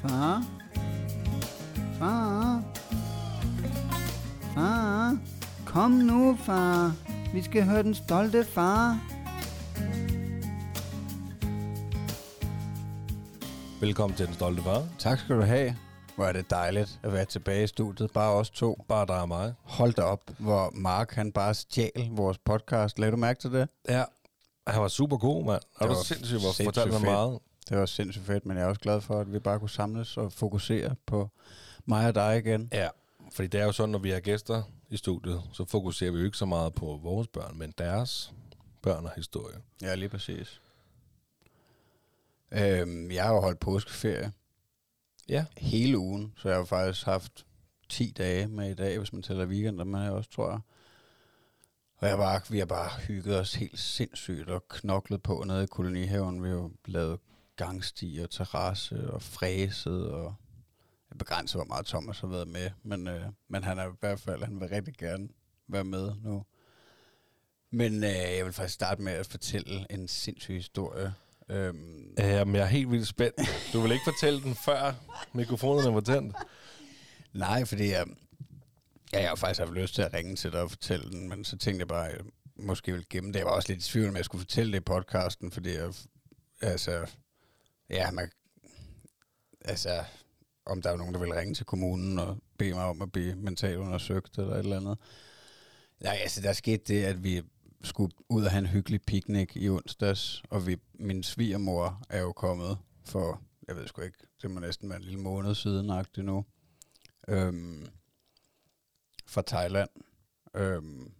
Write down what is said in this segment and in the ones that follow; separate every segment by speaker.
Speaker 1: Far? Far? Far? Kom nu, far. Vi skal høre den stolte far.
Speaker 2: Velkommen til Den Stolte Far.
Speaker 1: Tak skal du have. Hvor er det dejligt at være tilbage i studiet. Bare os to.
Speaker 2: Bare dig og mig.
Speaker 1: Hold da op, hvor Mark han bare stjal vores podcast. Lagde du mærke til det?
Speaker 2: Ja. Han var super god, mand.
Speaker 1: Det
Speaker 2: Han var
Speaker 1: var
Speaker 2: sindssygt, hvor
Speaker 1: sindssygt
Speaker 2: fortalte mig
Speaker 1: fedt.
Speaker 2: meget.
Speaker 1: Det var sindssygt fedt, men jeg er også glad for, at vi bare kunne samles og fokusere på mig og dig igen.
Speaker 2: Ja, fordi det er jo sådan, når vi har gæster i studiet, så fokuserer vi jo ikke så meget på vores børn, men deres børn og historie.
Speaker 1: Ja, lige præcis. Øhm, jeg har jo holdt påskeferie
Speaker 2: Ja.
Speaker 1: hele ugen, så jeg har jo faktisk haft 10 dage med i dag, hvis man tæller weekender med også, tror jeg. Og jeg bare, vi har bare hygget os helt sindssygt og knoklet på nede i kolonihaven. Vi har jo lavet gangstier, terrasse og fræset og jeg begrænser, hvor meget Thomas har været med, men, øh, men han er i hvert fald, han vil rigtig gerne være med nu. Men øh, jeg vil faktisk starte med at fortælle en sindssyg historie. Øhm,
Speaker 2: Jamen, jeg er helt vildt spændt. Du vil ikke fortælle den, før mikrofonerne var tændt.
Speaker 1: Nej, fordi jeg, ja, jeg har faktisk haft lyst til at ringe til dig og fortælle den, men så tænkte jeg bare, at jeg måske ville gemme det. Jeg var også lidt i tvivl, om jeg skulle fortælle det i podcasten, fordi jeg, altså, ja, man, altså, om der er nogen, der vil ringe til kommunen og bede mig om at blive mentalt undersøgt eller et eller andet. Nej, altså, der skete det, at vi skulle ud og have en hyggelig picnic i onsdags, og vi, min svigermor er jo kommet for, jeg ved sgu ikke, det må næsten være en lille måned siden nu øhm, fra Thailand. Øhm,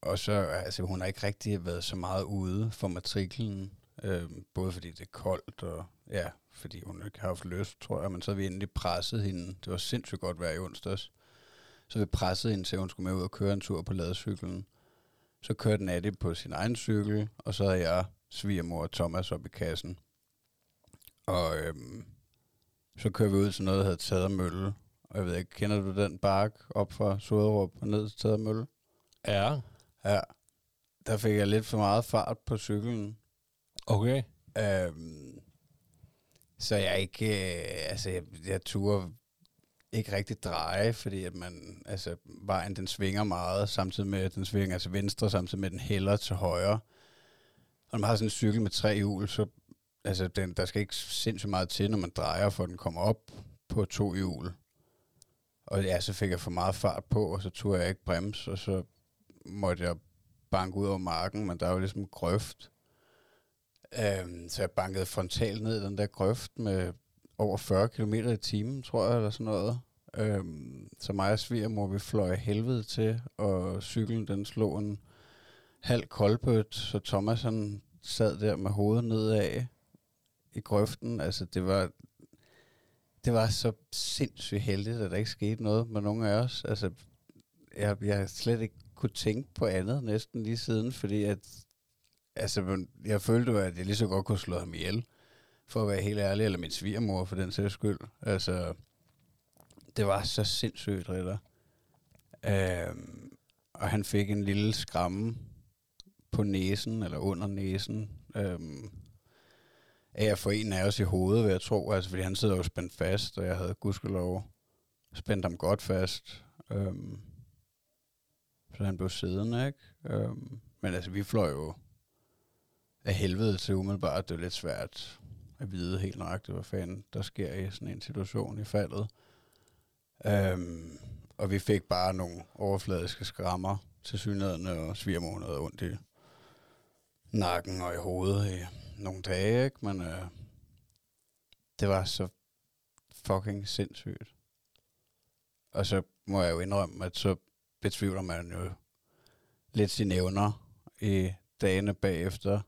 Speaker 1: og så, altså hun har ikke rigtig været så meget ude for matriklen, øhm, både fordi det er koldt, og ja, fordi hun ikke har haft lyst, tror jeg, men så har vi endelig presset hende. Det var sindssygt godt vejr i onsdags. Så vi pressede hende til, at hun skulle med ud og køre en tur på ladecyklen. Så kørte Natti på sin egen cykel, og så havde jeg svigermor og Thomas op i kassen. Og øhm, så kører vi ud til noget, der hedder Tadermølle. Og jeg ved ikke, kender du den bark op fra Søderup og ned til Tadermølle?
Speaker 2: Ja.
Speaker 1: Ja. Der fik jeg lidt for meget fart på cyklen.
Speaker 2: Okay.
Speaker 1: Øhm, så jeg ikke, øh, altså jeg, jeg turde ikke rigtig dreje, fordi at man, altså vejen den svinger meget, samtidig med at den svinger til venstre, samtidig med at den hælder til højre. Og når man har sådan en cykel med tre hjul, så altså den, der skal ikke sindssygt meget til, når man drejer, for den kommer op på to hjul. Og ja, så fik jeg for meget fart på, og så turde jeg ikke bremse, og så måtte jeg banke ud over marken, men der er jo ligesom grøft. Øhm, så jeg bankede frontalt ned i den der grøft med over 40 km i timen, tror jeg, eller sådan noget. Øhm, så mig og svigermor, vi fløj af helvede til, og cyklen den slog en halv koldbødt, så Thomas han sad der med hovedet nedad i grøften. Altså det var, det var så sindssygt heldigt, at der ikke skete noget med nogen af os. Altså jeg, jeg har slet ikke kunne tænke på andet næsten lige siden, fordi at altså, men jeg følte jo, at jeg lige så godt kunne slå ham ihjel, for at være helt ærlig, eller min svigermor for den sags skyld. Altså, det var så sindssygt, Ritter. Øhm, og han fik en lille skramme på næsen, eller under næsen, øhm, af at få en af os i hovedet, vil jeg tro, altså, fordi han sidder jo spændt fast, og jeg havde gudskelov spændt ham godt fast. Øhm, så han blev siddende, ikke? Øhm, men altså, vi fløj jo af helvede til umiddelbart. Det er lidt svært at vide helt nøjagtigt, hvad fanden der sker i sådan en situation i faldet. Øhm, og vi fik bare nogle overfladiske skrammer til synligheden, og svigermor havde ondt i nakken og i hovedet i nogle dage, ikke? Men øh, det var så fucking sindssygt. Og så må jeg jo indrømme, at så betvivler man jo lidt sine evner i dagene bagefter,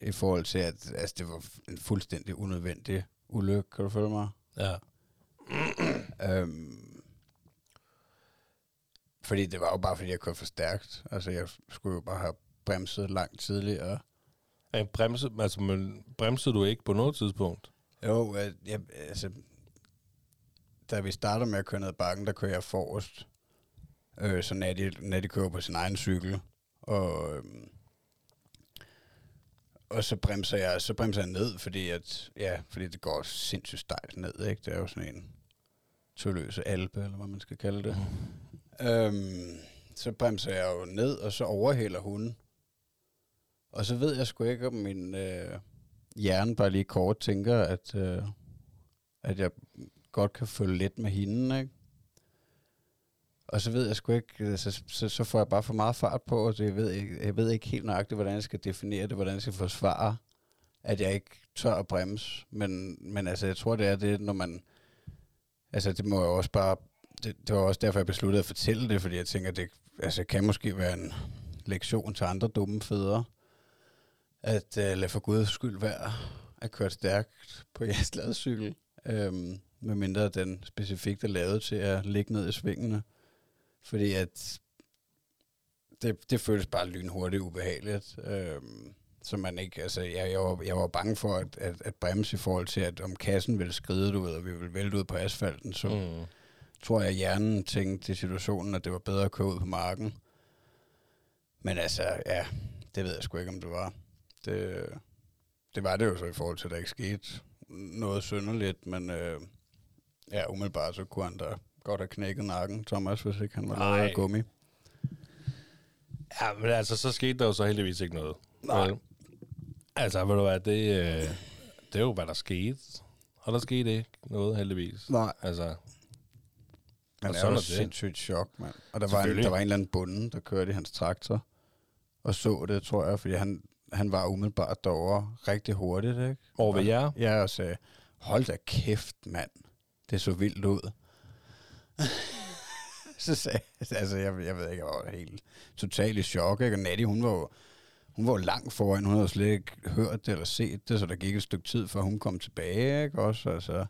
Speaker 1: i forhold til, at altså, det var en fuldstændig unødvendig ulykke, kan du følge mig?
Speaker 2: Ja.
Speaker 1: Øhm, fordi det var jo bare, fordi jeg kørte for stærkt. Altså, jeg skulle jo bare have bremset langt tidligere.
Speaker 2: Men bremse, altså, men bremsede du ikke på noget tidspunkt?
Speaker 1: Jo, øh, jeg, altså, da vi starter med at køre ned ad bakken, der kører jeg forrest. Øh, så Natty, Natty kører på sin egen cykel. Og, øhm, øh, og så bremser jeg, så bremser jeg ned, fordi, at, ja, fordi det går sindssygt stejlt ned. Ikke? Det er jo sådan en tølløse alpe, eller hvad man skal kalde det. Mm. Øhm, så bremser jeg jo ned, og så overhælder hun. Og så ved jeg sgu ikke, om min øh, hjerne bare lige kort tænker, at, øh, at jeg godt kan følge lidt med hende, ikke? Og så ved jeg sgu ikke, øh, så, så, så får jeg bare for meget fart på, og det ved jeg, jeg ved ikke helt nøjagtigt, hvordan jeg skal definere det, hvordan jeg skal forsvare, at jeg ikke tør at bremse. Men, men altså, jeg tror, det er det, når man... Altså, det må jeg også bare... Det, det var også derfor, jeg besluttede at fortælle det, fordi jeg tænker, det altså, kan måske være en lektion til andre dumme fædre, at øh, lade for guds skyld være at køre stærkt på jeres ladecykel, øhm, medmindre den specifikt er lavet til at ligge ned i svingene. Fordi at det, det føles bare lynhurtigt ubehageligt. Øhm, så man ikke, altså, jeg, jeg, var, jeg var bange for at, at, at bremse i forhold til, at om kassen ville skride ud, og vi ville vælte ud på asfalten, så mm.
Speaker 2: Mm.
Speaker 1: tror jeg, at hjernen tænkte i situationen, at det var bedre at køre ud på marken. Men altså, ja, det ved jeg sgu ikke, om det var. Det, det var det jo så i forhold til, at der ikke skete noget synderligt, men øh, ja, umiddelbart så kunne han da godt have knækket nakken, Thomas, hvis ikke han var lavet
Speaker 2: Nej.
Speaker 1: af gummi.
Speaker 2: Ja, men altså, så skete der jo så heldigvis ikke noget.
Speaker 1: Nej.
Speaker 2: Vel? Altså, ved du hvad, det, øh, det er jo, hvad der skete. Og der skete ikke noget, heldigvis.
Speaker 1: Nej.
Speaker 2: Altså,
Speaker 1: Han
Speaker 2: Og
Speaker 1: er
Speaker 2: sådan
Speaker 1: jo
Speaker 2: er
Speaker 1: et
Speaker 2: det.
Speaker 1: sindssygt chok, mand. Og der var, en,
Speaker 2: Selvfølgelig.
Speaker 1: der var en eller anden bonde, der kørte i hans traktor, og så det, tror jeg, fordi han, han var umiddelbart derovre rigtig hurtigt, ikke?
Speaker 2: over ved jer.
Speaker 1: Jeg og sagde, hold da kæft, mand. Det så vildt ud. så sagde altså jeg, jeg ved ikke, jeg var helt totalt i chok, ikke? Og Natty, hun var jo, hun var jo langt foran, hun havde slet ikke hørt det eller set det, så der gik et stykke tid, før hun kom tilbage, ikke? Også, altså,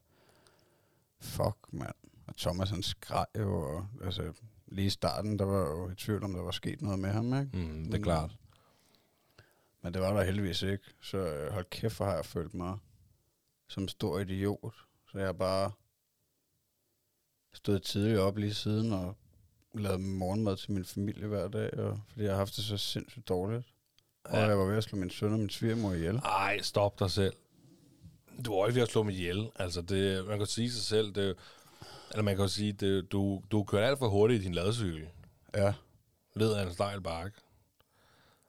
Speaker 1: fuck, mand. Og Thomas, han skreg jo, og, altså, lige i starten, der var jeg jo i tvivl om, der var sket noget med ham, ikke?
Speaker 2: Mm, det er klart.
Speaker 1: Men det var der heldigvis ikke. Så øh, hold kæft, hvor har jeg følt mig som en stor idiot. Så jeg har bare stået tidligt op lige siden og lavet morgenmad til min familie hver dag, og, fordi jeg har haft det så sindssygt dårligt. Og
Speaker 2: Ja. Ah.
Speaker 1: jeg var ved at slå min søn og min svigermor ihjel.
Speaker 2: Ej, stop dig selv. Du er jo ikke ved at slå mig ihjel. Altså, det, man kan sige sig selv, det, er jo- eller man kan jo sige, det, du, du kører alt for hurtigt i din ladecykel.
Speaker 1: Ja,
Speaker 2: Led af en stejl bakke.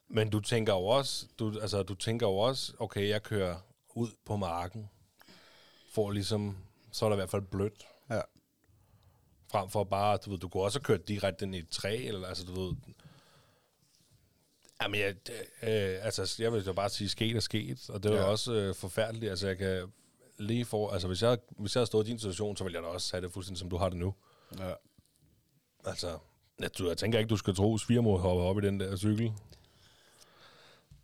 Speaker 2: Men du tænker jo også, du, altså, du tænker jo også, okay, jeg kører ud på marken, for ligesom, så er der i hvert fald blødt.
Speaker 1: ja.
Speaker 2: frem for bare, du ved, du kunne også have kørt direkte ind i et træ, eller altså, du ved... Jamen, jeg, det, øh, altså, jeg vil jo bare sige, sket er sket, og det er
Speaker 1: Ja.
Speaker 2: jo også øh, forfærdeligt, altså, jeg kan lige for, altså, hvis jeg, havde- hvis jeg havde stået i din situation, så ville jeg da også have det fuldstændig, som du har det nu.
Speaker 1: ja.
Speaker 2: Altså, jeg, du, jeg tænker ikke, du skal tro, at svigermor hopper op i den der cykel.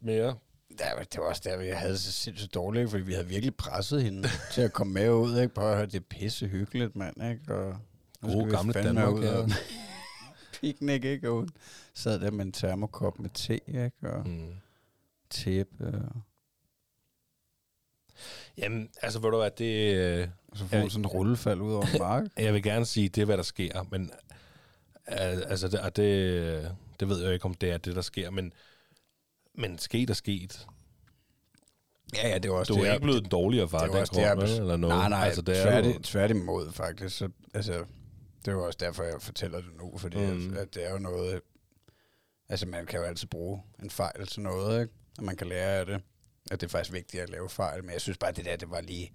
Speaker 2: Mere.
Speaker 1: Ja, men det var også der, jeg havde det så sindssygt dårligt, ikke? fordi vi havde virkelig presset hende til at komme med ud. Ikke? Prøv at høre, det er pisse hyggeligt, mand. Ikke? Og nu
Speaker 2: Gode
Speaker 1: skal vi
Speaker 2: gamle
Speaker 1: fandme
Speaker 2: Danmark,
Speaker 1: ud
Speaker 2: ja.
Speaker 1: og- Picnic, ikke? Og hun sad der med en termokop med te, ikke? Og
Speaker 2: Mm.
Speaker 1: tæppe. Og,
Speaker 2: Jamen, altså, ved du hvad, det... Øh,
Speaker 1: og så får hun
Speaker 2: Ja.
Speaker 1: sådan en rullefald ud over en mark.
Speaker 2: Jeg vil gerne sige, det er, hvad der sker, men al- altså, det, og det, det ved jeg jo ikke, om det er det, der sker, men, men sket er sket.
Speaker 1: ja, ja, det var også
Speaker 2: Du
Speaker 1: det.
Speaker 2: er ikke
Speaker 1: jeg-
Speaker 2: blevet en dårligere far,
Speaker 1: det
Speaker 2: den
Speaker 1: var også det, jeg
Speaker 2: krop, vel, eller noget.
Speaker 1: Nej, nej,
Speaker 2: altså, det er
Speaker 1: tvært,
Speaker 2: jo,
Speaker 1: tværtimod faktisk. Så, altså, det er jo også derfor, jeg fortæller det nu, fordi mm.
Speaker 2: Mm.
Speaker 1: at, at det er jo noget... Altså, man kan jo altid bruge en fejl til noget, ikke? Og man kan lære af det. At det er faktisk vigtigt at lave fejl, men jeg synes bare, det der, det var lige...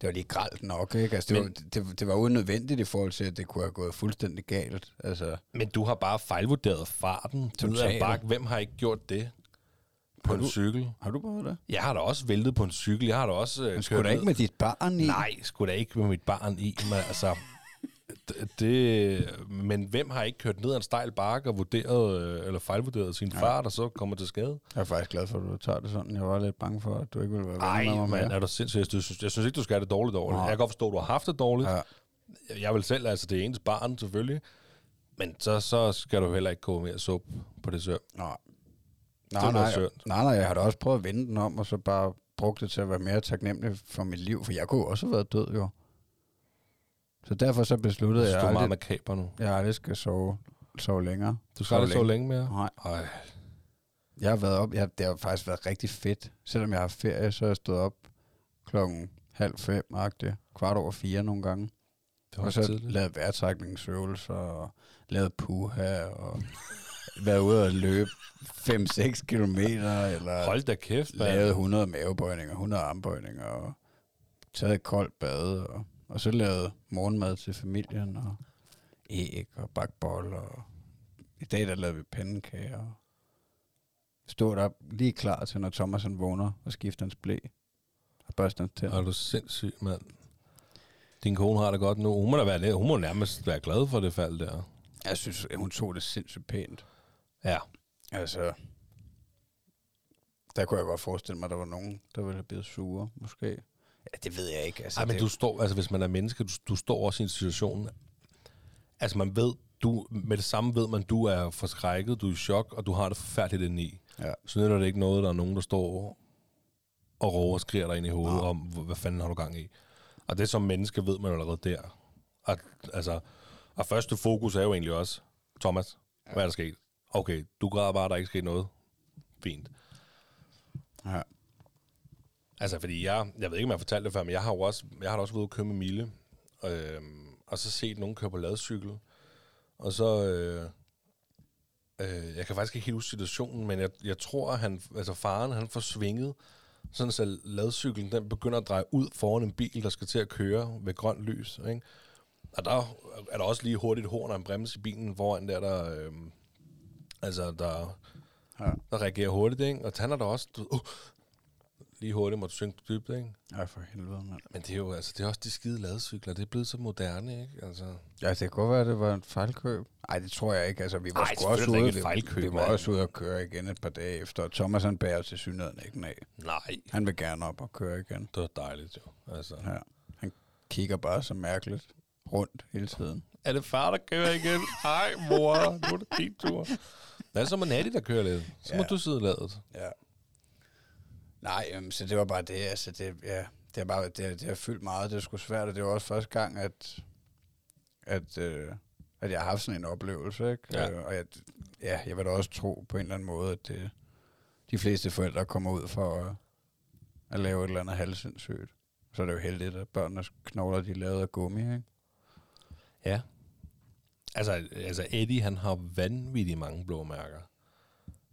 Speaker 1: Det var lige gralt nok, ikke? Altså, det,
Speaker 2: Men-
Speaker 1: var, det, det var unødvendigt i forhold til, at det kunne have gået fuldstændig galt. Altså,
Speaker 2: men du har bare fejlvurderet farten. ned ad en
Speaker 1: Totalt.
Speaker 2: bakke. Hvem har ikke gjort det på
Speaker 1: Har
Speaker 2: en
Speaker 1: du-
Speaker 2: cykel?
Speaker 1: har du prøvet det?
Speaker 2: Jeg har da også væltet på en cykel. Jeg har da også øh,
Speaker 1: Men skulle da
Speaker 2: ned-
Speaker 1: ikke med dit barn i?
Speaker 2: Nej, skulle da ikke med mit barn i, men altså... d- Det, men hvem har ikke kørt ned ad en stejl bakke og vurderet, øh, eller fejlvurderet sin fart, og så kommer til skade?
Speaker 1: Jeg er faktisk glad for, at du tager det sådan. Jeg var lidt bange for, at du ikke ville være
Speaker 2: Nej,
Speaker 1: venner med mig
Speaker 2: mand,
Speaker 1: mere.
Speaker 2: er du sindssygt. Jeg synes, jeg synes ikke, du skal have det dårligt over det.
Speaker 1: Nej.
Speaker 2: Jeg kan godt forstå, at du har haft det dårligt.
Speaker 1: Ja.
Speaker 2: Ja. Jeg vil selv, altså det er ens barn selvfølgelig. Men så, så skal du heller ikke gå mere sup på det søm.
Speaker 1: Nej.
Speaker 2: Det
Speaker 1: Nej,
Speaker 2: var
Speaker 1: nej,
Speaker 2: synd.
Speaker 1: nej, nej, jeg har da også prøvet at vende den om, og så bare brugt det til at være mere taknemmelig for mit liv, for jeg kunne jo også have været død jo. Så derfor så
Speaker 2: Det
Speaker 1: besluttede jeg,
Speaker 2: er
Speaker 1: aldrig,
Speaker 2: meget makaber nu.
Speaker 1: jeg aldrig skal sove, sove længere.
Speaker 2: Du skal aldrig sove længe mere.
Speaker 1: Nej.
Speaker 2: Ej.
Speaker 1: Jeg har været op, jeg, det har faktisk været rigtig fedt. Selvom jeg har haft ferie, så har jeg stået op klokken halv fem, agtig, kvart over fire nogle gange.
Speaker 2: Det
Speaker 1: Og så lavet vejrtrækningsøvelser, og lavet puha, og været ude og løbe 5-6 kilometer, eller
Speaker 2: Hold da kæft, mand.
Speaker 1: lavet 100 mavebøjninger, 100 armbøjninger, og taget et koldt bad, og, og så lavet morgenmad til familien, og æg, og bakboller, og i dag der lavede vi pandekager, og stod op lige klar til, når Thomas han vågner, og skifter hans blæ, og børster hans tænder.
Speaker 2: Er du sindssyg, mand. Din kone har det godt nu. Hun må, da være, lidt- hun må nærmest være glad for det fald der.
Speaker 1: Jeg synes, at hun tog det sindssygt pænt.
Speaker 2: Ja.
Speaker 1: Altså, der kunne jeg godt forestille mig, at der var nogen, der ville have blevet sure, måske. Ja, det ved jeg ikke. Altså,
Speaker 2: Ej, men
Speaker 1: det,
Speaker 2: du står, altså hvis man er menneske, du, du står også i en situation, altså man ved, du, med det samme ved man, du er forskrækket, du er i chok, og du har det forfærdeligt indeni.
Speaker 1: Ja.
Speaker 2: Så nytter det ikke noget, der er nogen, der står og råber og skriger dig ind i hovedet om, "Hva- hvad fanden har du gang i? Og det som menneske ved man jo allerede der. Og, altså, og første fokus er jo egentlig også, Thomas, hvad er der sket? Okay, du græder bare, der er ikke sket noget. Fint.
Speaker 1: Ja.
Speaker 2: Altså, fordi jeg, jeg ved ikke, om jeg har fortalt det før, men jeg har jo også, jeg har da også været ude og køre med Mille, øhm, og så set nogen køre på ladcykel, og så, øh, øh, jeg kan faktisk ikke helt huske situationen, men jeg, jeg tror, at han, altså faren, han får svinget, sådan så ladcyklen, den begynder at dreje ud foran en bil, der skal til at køre ved grønt lys, ikke? Og der er der også lige hurtigt et horn og en bremse i bilen foran der, der, øh, altså, der,
Speaker 1: Ja.
Speaker 2: der reagerer hurtigt, ikke? Og han er der også, du, uh, lige hurtigt måtte synke dybt, ikke?
Speaker 1: Ej, for helvede, mand.
Speaker 2: Men det er jo altså, det er også de skide ladecykler, det er blevet så moderne, ikke? Altså,
Speaker 1: Ja, det kan godt være, at det var en fejlkøb. Nej, det tror jeg ikke. Altså, vi var
Speaker 2: Ej,
Speaker 1: sgu også
Speaker 2: selvfølgelig er det
Speaker 1: ude,
Speaker 2: ikke et fejlkøb,
Speaker 1: vi var
Speaker 2: mand.
Speaker 1: også ude og køre igen et par dage efter. og Thomas, han bærer til synligheden ikke den af.
Speaker 2: nej,
Speaker 1: Han vil gerne op og køre igen.
Speaker 2: det var dejligt jo. Altså.
Speaker 1: Ja. Han kigger bare så mærkeligt rundt hele tiden.
Speaker 2: Er det far, der kører igen? Nej, mor, nu er det din tur. Hvad så med Natty, der kører lidt? Så må
Speaker 1: Ja.
Speaker 2: du sidde i ladet.
Speaker 1: Ja. Nej, øhm, så det var bare det. Altså, det, ja, det, har bare, det, det har fyldt meget. Det er sgu svært, og det var også første gang, at, at, øh, at jeg har haft sådan en oplevelse. Ikke?
Speaker 2: Ja.
Speaker 1: Øh, og jeg, ja, jeg vil da også tro på en eller anden måde, at det, de fleste forældre kommer ud for at, at lave et eller andet halvsindssygt. Så er det jo heldigt, at børnenes knogler, de er lavet af gummi, ikke?
Speaker 2: Ja. Altså, altså Eddie, han har vanvittigt mange blå mærker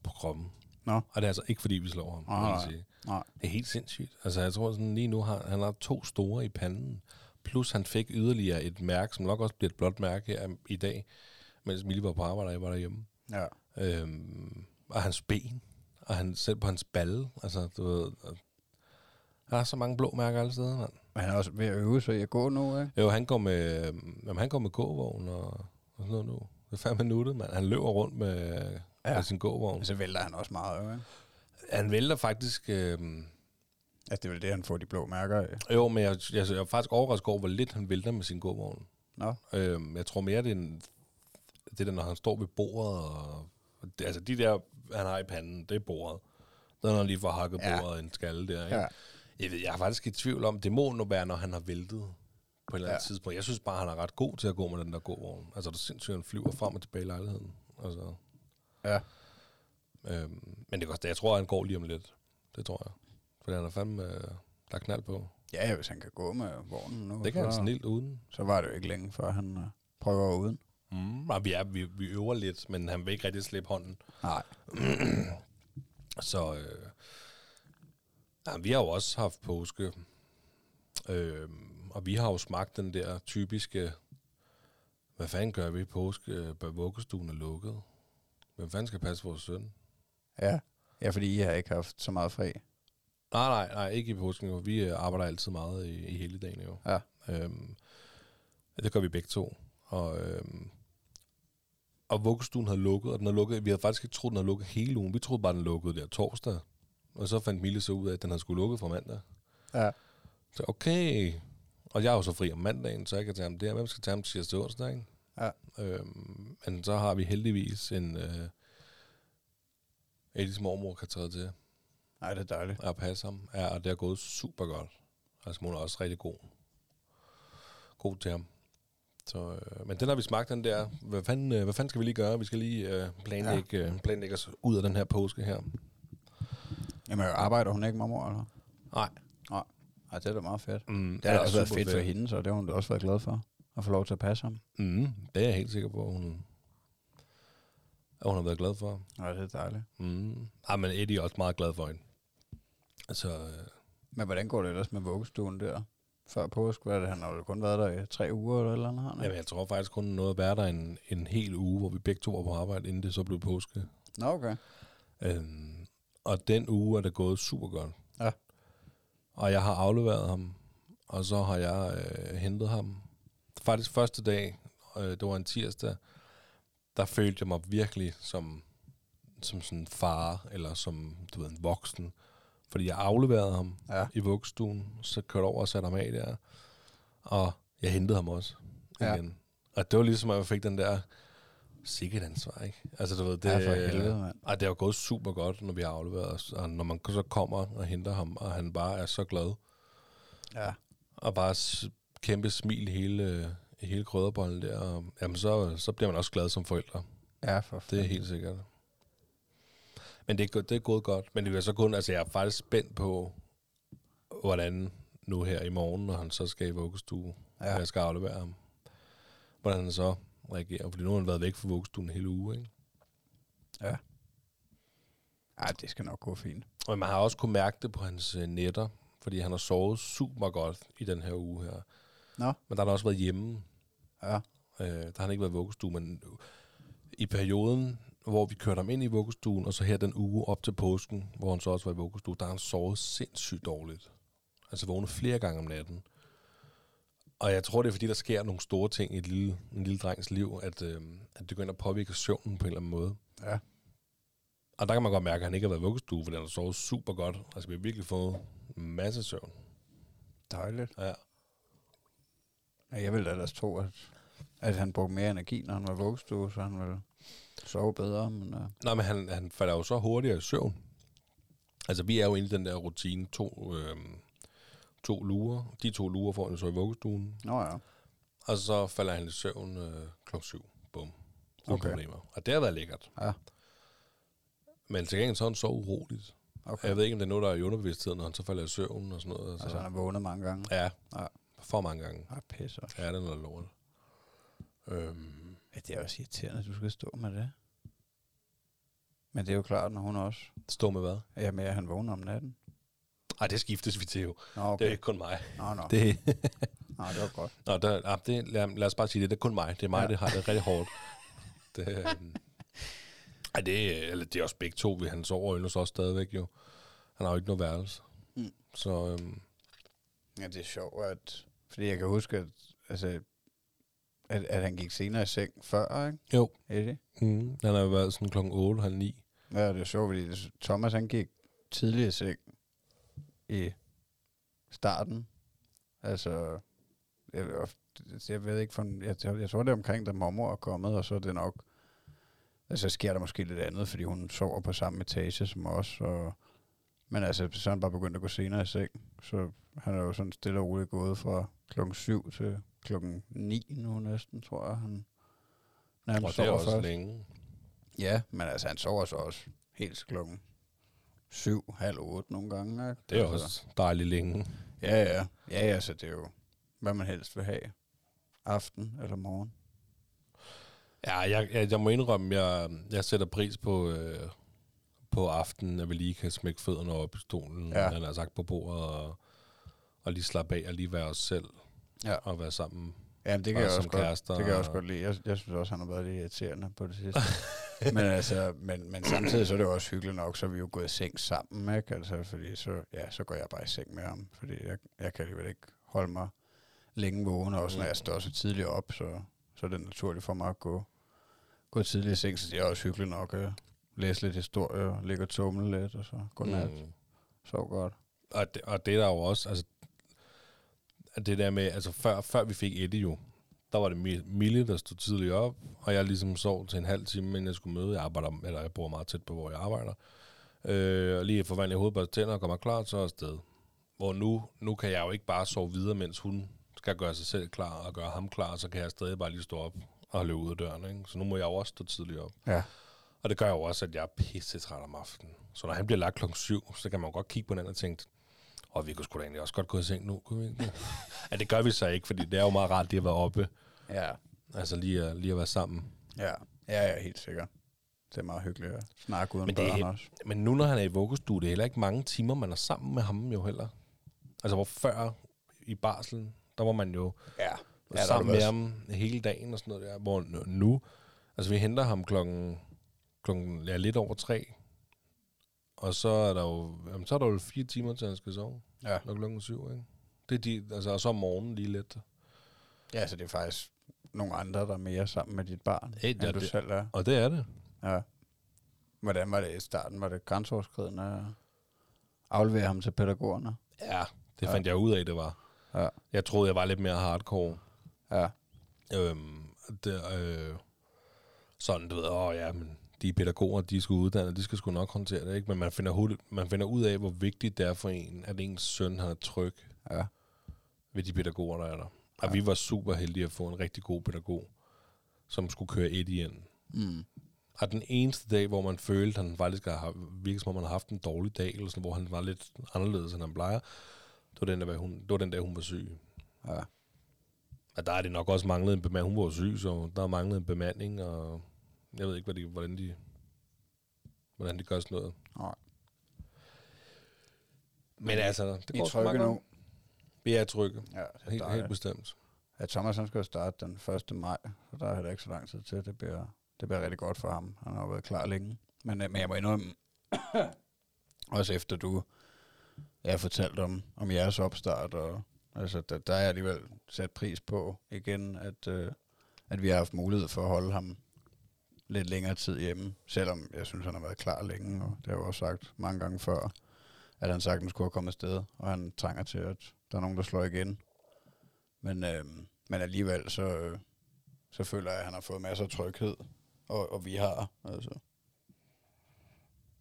Speaker 2: på kroppen.
Speaker 1: Nå.
Speaker 2: Og det er altså ikke, fordi vi slår ham.
Speaker 1: Nej,
Speaker 2: vil
Speaker 1: nej.
Speaker 2: jeg sige.
Speaker 1: Nej.
Speaker 2: Det er helt sindssygt. Altså, jeg tror sådan lige nu, har, han har to store i panden. Plus han fik yderligere et mærke, som nok også bliver et blåt mærke her i dag, mens Mille var på arbejde, og jeg var derhjemme.
Speaker 1: Ja.
Speaker 2: Øhm, og hans ben, og han, selv på hans balle. Altså, du ved, og- der er så mange blå mærker alle steder, mand.
Speaker 1: Men han er også ved at øve sig i at gå nu, ikke?
Speaker 2: Jo, han går med, øhm, jamen, han går med gåvogn og, og sådan noget nu. Det er fandme nuttet, mand. Han løber rundt med,
Speaker 1: Ja.
Speaker 2: ja. med sin gåvogn.
Speaker 1: Men så vælter han også meget, jo, ikke?
Speaker 2: Han vælter faktisk... Øh,
Speaker 1: Altså, det er vel det, han får de blå mærker af.
Speaker 2: jo, men jeg, jeg, jeg er faktisk overrasket over, hvor lidt han vælter med sin gåvogn.
Speaker 1: Nå.
Speaker 2: Øh, jeg tror mere, det er en, det der, når han står ved bordet. Og, det, altså, de der, han har i panden, det er bordet. Der er når han lige får hakket
Speaker 1: Ja.
Speaker 2: ja. bordet i en skalle der, ikke?
Speaker 1: Ja.
Speaker 2: Jeg, ved, jeg er faktisk i tvivl om, det må nu være, når han har væltet på et eller andet
Speaker 1: Ja.
Speaker 2: ja. tidspunkt. Jeg synes bare, han er ret god til at gå med den der gåvogn. Altså, du sindssygt, han flyver frem og tilbage i lejligheden. Altså,
Speaker 1: Ja.
Speaker 2: øhm, men det er også det, jeg tror, han går lige om lidt. Det tror jeg. For han er fandme, øh, der er knald på.
Speaker 1: Ja, hvis han kan gå med vognen nu,
Speaker 2: Det kan han
Speaker 1: så,
Speaker 2: snilt uden.
Speaker 1: så var det jo ikke længe, før han øh, prøver uden.
Speaker 2: Mm. Nej, vi, er, vi, vi øver lidt, men han vil ikke rigtig slippe hånden.
Speaker 1: Nej.
Speaker 2: Så øh, ja, vi har jo også haft påske, øh, og vi har jo smagt den der typiske, hvad fanden gør vi i påske, Øh, bør vuggestuen er lukket? Hvem fanden skal passe vores søn?
Speaker 1: Ja. ja, fordi I har ikke haft så meget fri.
Speaker 2: Nej, nej, nej, ikke i påsken jo. Vi øh, arbejder altid meget i, i hele dagen jo.
Speaker 1: Ja.
Speaker 2: Øhm, det gør vi begge to. Og, øhm, og vuggestuen havde lukket, og den havde lukket. Vi havde faktisk ikke troet, den havde lukket hele ugen. Vi troede bare, den lukkede der torsdag. Og så fandt Mille så ud af, at den havde skulle lukket fra mandag.
Speaker 1: Ja.
Speaker 2: Så okay. Og jeg er jo så fri om mandagen, så jeg kan tage ham der. Hvem skal tage ham tirsdag og onsdag, ikke?
Speaker 1: Ja.
Speaker 2: Øhm, men så har vi heldigvis en... Øh, Edis mormor kan træde til
Speaker 1: Nej, det er dejligt.
Speaker 2: at passe ham. Ja, og det har gået super godt. Altså, hun er også rigtig god. God til ham. Så, øh, men den har vi smagt, den der. Hvad fanden, øh, hvad fanden skal vi lige gøre? Vi skal lige øh, planlægge, øh, planlægge os ud af den her påske her.
Speaker 1: Jamen, arbejder hun ikke, mormor, eller?
Speaker 2: Nej.
Speaker 1: Nej. Ej, det er da meget fedt.
Speaker 2: Mm,
Speaker 1: Det har da også været fedt for hende, så det har hun da også været glad for. At få lov til at passe ham.
Speaker 2: Mm, det er jeg helt sikker på, at hun, at hun har været glad for.
Speaker 1: Nej, det er dejligt.
Speaker 2: Mm. Ej, men Eddie er også meget glad for hende. Så øh,
Speaker 1: Men hvordan går det ellers med vuggestuen der? Før påske, hvad er det? Han har jo kun været der i tre uger eller et eller andet, har han, ikke?
Speaker 2: jamen, jeg tror faktisk kun noget at være der en, en hel uge, hvor vi begge to var på arbejde, inden det så blev påske.
Speaker 1: Nå, okay.
Speaker 2: Øhm, og den uge er det gået super godt.
Speaker 1: Ja.
Speaker 2: Og jeg har afleveret ham, og så har jeg øh, hentet ham. Faktisk første dag, øh, det var en tirsdag, der følte jeg mig virkelig som, som sådan en far, eller som du ved, en voksen. Fordi jeg afleverede ham
Speaker 1: Ja.
Speaker 2: i vuggestuen, så kørte over og satte ham af der. Og jeg hentede ham også
Speaker 1: Ja.
Speaker 2: igen. Og det var ligesom, at jeg fik den der sikkert ansvar, ikke? Altså, du ved, det,
Speaker 1: Det er for helvede, mand.
Speaker 2: og det er jo gået super godt, når vi har afleveret os. Og når man så kommer og henter ham, og han bare er så glad.
Speaker 1: Ja.
Speaker 2: Og bare s- kæmpe smil hele, hele krydderbollen der. Og, jamen, så, så bliver man også glad som forældre.
Speaker 1: Ja, for
Speaker 2: Det er
Speaker 1: fanden.
Speaker 2: helt sikkert. Men det er, gå- det er gået godt. Men det er så kun, altså jeg er faktisk spændt på, hvordan nu her i morgen, når han så skal i vuggestue, ja.
Speaker 1: Ja.
Speaker 2: jeg skal aflevere ham, hvordan han så reagerer. Fordi nu har han været væk fra vuggestuen en hel uge, ikke?
Speaker 1: Ej, det skal nok gå fint.
Speaker 2: Men man har også kunne mærke det på hans øh, nætter, fordi han har sovet super godt i den her uge her.
Speaker 1: Nå.
Speaker 2: Men der har han også været hjemme.
Speaker 1: Ja.
Speaker 2: Øh, der har han ikke været i vuggestue, men i perioden, hvor vi kørte ham ind i vuggestuen, og så her den uge op til påsken, hvor han så også var i vuggestue, der har han sovet sindssygt dårligt. Altså vågnet flere gange om natten. Og jeg tror, det er fordi, der sker nogle store ting i et lille, en lille drengs liv, at, øh, at det går ind og påvirker søvnen på en eller anden måde.
Speaker 1: Ja.
Speaker 2: Og der kan man godt mærke, at han ikke har været i vuggestue, fordi han har sovet super godt. Altså, vi har virkelig fået en masse søvn.
Speaker 1: Dejligt.
Speaker 2: Ja.
Speaker 1: Ja, jeg ville ellers tro, at, at han brugte mere energi, når han var i vuggestue, så han ville sove bedre. Men, uh,
Speaker 2: Nej, men han, han falder jo så hurtigere i søvn. Altså, vi er jo inde i den der rutine, to, øh, to lurer. De to lurer får han så i vuggestuen,
Speaker 1: nå ja.
Speaker 2: og så falder han i søvn øh, klokken syv. Bum. Uden
Speaker 1: Okay.
Speaker 2: okay. problemer. Og det har været lækkert.
Speaker 1: Ja,
Speaker 2: Men til gengæld så er han så uroligt.
Speaker 1: okay.
Speaker 2: Jeg ved ikke, om det er noget, der er i underbevidstheden, når han så falder i søvn og sådan noget. Altså,
Speaker 1: Altså, han har vågnet mange gange.
Speaker 2: ja,
Speaker 1: Ja.
Speaker 2: for mange gange.
Speaker 1: Ej, pisse. også.
Speaker 2: Ja, det er noget lort. Øhm,
Speaker 1: Ja, det er også irriterende, at du skal stå med det. Men det er jo klart, når hun også
Speaker 2: stå med hvad?
Speaker 1: er med, at han vågner om natten.
Speaker 2: Ej, det skiftes vi til jo.
Speaker 1: Nå,
Speaker 2: Det er
Speaker 1: okay.
Speaker 2: ikke kun mig.
Speaker 1: Nå, nå. Det.
Speaker 2: Det,
Speaker 1: Nå, det var godt.
Speaker 2: nå, der, ah, det, lad, lad os bare sige det. Det er kun mig. Det er mig,
Speaker 1: Ja.
Speaker 2: ja. det har det rigtig hårdt. Det, øhm, ej, det, er- eller det er også begge to. vi- Han sover jo ellers også stadigvæk jo. Han har jo ikke noget værelse.
Speaker 1: Mm.
Speaker 2: Mm. Så øhm,
Speaker 1: Ja, det er sjovt, at... Fordi jeg kan huske, at, altså, at, at han gik senere i seng før, ikke?
Speaker 2: jo,
Speaker 1: Eddie?
Speaker 2: mm, han har jo været sådan klokken 8, halv 9.
Speaker 1: Ja, det er sjovt, fordi Thomas han gik tidligere i seng i starten. Altså, jeg, og det- jeg ved ikke, for, jeg, jeg, jeg tror det er omkring, da mormor er kommet, og så er det nok, altså sker der måske lidt andet, fordi hun sover på samme etage som os, og, men altså, så er han bare begyndt at gå senere i seng, så han er jo sådan stille og roligt gået fra klokken 7 til klokken 9 nu næsten, tror jeg, han
Speaker 2: Og
Speaker 1: nærmest
Speaker 2: det er
Speaker 1: sover
Speaker 2: også
Speaker 1: først.
Speaker 2: længe.
Speaker 1: Ja, men altså han sover så også helt til klokken syv, halv otte nogle gange. Ikke?
Speaker 2: Det er
Speaker 1: altså,
Speaker 2: også dejligt længe.
Speaker 1: Ja, ja. Ja, ja, så det er jo, hvad man helst vil have. Aften eller morgen.
Speaker 2: Ja, jeg, jeg, jeg må indrømme, jeg, jeg sætter pris på, øh, på aftenen, at vi lige kan smække fødderne op i stolen,
Speaker 1: Ja.
Speaker 2: ja. han har sagt på bordet, og, og lige slappe af og lige være os selv,
Speaker 1: Ja.
Speaker 2: og være sammen.
Speaker 1: Ja, men det kan
Speaker 2: Og
Speaker 1: jeg
Speaker 2: som
Speaker 1: også godt,
Speaker 2: kærester
Speaker 1: det kan jeg
Speaker 2: og-
Speaker 1: også godt lide. Jeg, jeg synes også, han har været lidt irriterende på det sidste. men altså, men, men samtidig så er det jo også hyggeligt nok, så er vi jo gået i seng sammen, ikke? Altså, fordi så, ja, så går jeg bare i seng med ham, fordi jeg, jeg kan alligevel ikke holde mig længe vågen, og også når jeg står så tidligt op, så, så er det naturligt for mig at gå, gå tidligt i seng, så det er også hyggeligt nok at læse lidt historie, og ligge og tumle lidt, og så godnat, mm.
Speaker 2: Mm.
Speaker 1: sov godt.
Speaker 2: Og, det, og det er der jo også, altså, at det der med, altså før, før vi fik Eddie jo, der var det Mi- Mille, der stod tidligt op, og jeg ligesom sov til en halv time, inden jeg skulle møde. Jeg arbejder, eller jeg bor meget tæt på, hvor jeg arbejder. Øh, og lige få vand i hovedet, børste tænder og gør mig klar, så er jeg afsted. Hvor nu, nu kan jeg jo ikke bare sove videre, mens hun skal gøre sig selv klar og gøre ham klar, så kan jeg stadig bare lige stå op og løbe ud af døren. Ikke? Så nu må jeg jo også stå tidligt op.
Speaker 1: Ja.
Speaker 2: Og det gør jo også, at jeg er pisse træt om aftenen. Så når han bliver lagt klokken syv, så kan man jo godt kigge på hinanden og tænke, og vi kunne sgu da egentlig også godt gå i seng nu, kunne vi ikke? det?" ja, det gør vi så ikke, fordi det er jo meget rart, lige at være oppe.
Speaker 1: Ja.
Speaker 2: Altså lige at, lige at være sammen.
Speaker 1: Ja, ja, ja helt sikkert. Det er meget hyggeligt at snakke uden
Speaker 2: Men det er
Speaker 1: børn
Speaker 2: helt-
Speaker 1: også.
Speaker 2: Men nu, når han er i vuggestue, det er heller ikke mange timer, man er sammen med ham jo heller. Altså hvor før i barselen, der var man jo
Speaker 1: Ja.
Speaker 2: ja, sammen med ham hele dagen og sådan noget der, hvor nu- nu, altså vi henter ham klokken, klokken ja, lidt over tre, og så er der jo, jamen, så er der jo fire timer til, han skal sove,
Speaker 1: Ja.
Speaker 2: når klokken er syv, ikke? Det er de, altså, og så om morgenen lige lidt.
Speaker 1: ja, så det er faktisk nogle andre, der er mere sammen med dit barn,
Speaker 2: Ja,
Speaker 1: end
Speaker 2: det er
Speaker 1: du
Speaker 2: det.
Speaker 1: selv er.
Speaker 2: Og det er det.
Speaker 1: Ja. Hvordan var det i starten? Var det grænseoverskridende at aflevere ham til pædagogerne?
Speaker 2: Ja, det
Speaker 1: Ja.
Speaker 2: fandt jeg ud af, det var.
Speaker 1: Ja.
Speaker 2: Jeg troede, jeg var lidt mere hardcore.
Speaker 1: Ja.
Speaker 2: Øhm, det, øh, sådan, du ved, åh ja, men de er pædagoger, de skal uddanne, de skal sgu nok håndtere det, ikke? Men man finder, hurtigt- man finder ud af, hvor vigtigt det er for en, at ens søn har tryg
Speaker 1: Ja.
Speaker 2: ved de pædagoger, der er der. Og
Speaker 1: Ja.
Speaker 2: ja. vi var super heldige at få en rigtig god pædagog, som skulle køre et i enden.
Speaker 1: Mm.
Speaker 2: Og den eneste dag, hvor man følte, at han faktisk har haft- virkede som om, han har haft en dårlig dag, eller sådan, hvor han var lidt anderledes, end han plejer, det var den, der, hvor hun, det var den dag, hun var syg.
Speaker 1: Ja.
Speaker 2: Og der er det nok også manglet en bemanding. Hun var jo syg, så der er manglet en bemanding, og jeg ved ikke, hvad de, hvordan, de, hvordan de gør sådan noget.
Speaker 1: Nej.
Speaker 2: Men altså, det
Speaker 1: I
Speaker 2: går sgu
Speaker 1: trykker
Speaker 2: mange
Speaker 1: nu.
Speaker 2: gange. Vi er trygge.
Speaker 1: Ja, det er
Speaker 2: Helt, helt
Speaker 1: dejligt.
Speaker 2: bestemt.
Speaker 1: Ja, Thomas han skal jo starte den 1. maj, så der er heller ikke så lang tid til. Det bliver, det bliver rigtig godt for ham. Han har jo været klar længe. Men, øh, men jeg må indrømme, også efter du ja, fortalte om, om jeres opstart, og altså, der, der har jeg alligevel sat pris på igen, at, øh, at vi har haft mulighed for at holde ham lidt længere tid hjemme, selvom jeg synes, han har været klar længe, og det har jeg jo også sagt mange gange før, at han sagtens skulle have kommet afsted, og han trænger til, at der er nogen, der slår igen. Men, øh, men alligevel, så, øh, så føler jeg, at han har fået masser af tryghed, og, og vi har. Altså.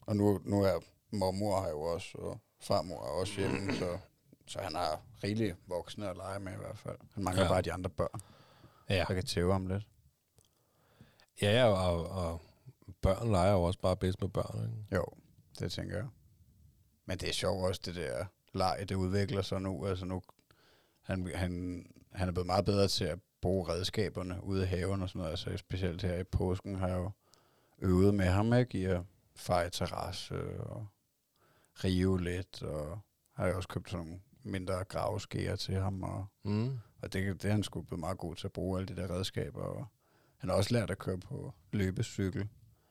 Speaker 1: Og nu, nu er mormor her jo også, og farmor er også hjemme, så, så han har rigeligt voksne at lege med i hvert fald. Han mangler ja.
Speaker 2: Ja.
Speaker 1: bare de andre børn,
Speaker 2: Ja,
Speaker 1: der kan tæve ham lidt.
Speaker 2: ja og, og, børn leger jo også bare bedst med børn. Ikke?
Speaker 1: Jo, det tænker jeg. Men det er sjovt også, det der leg, det udvikler sig nu. Altså nu, han, han, han er blevet meget bedre til at bruge redskaberne ude i haven og sådan noget. Altså specielt her i påsken har jeg jo øvet med ham, ikke? I at feje terrasse og rive lidt, og har jeg også købt sådan nogle mindre gravskeer til ham, og,
Speaker 2: Mm.
Speaker 1: og det, det er han sgu blevet meget god til at bruge alle de der redskaber, og han har også lært at køre på løbecykel.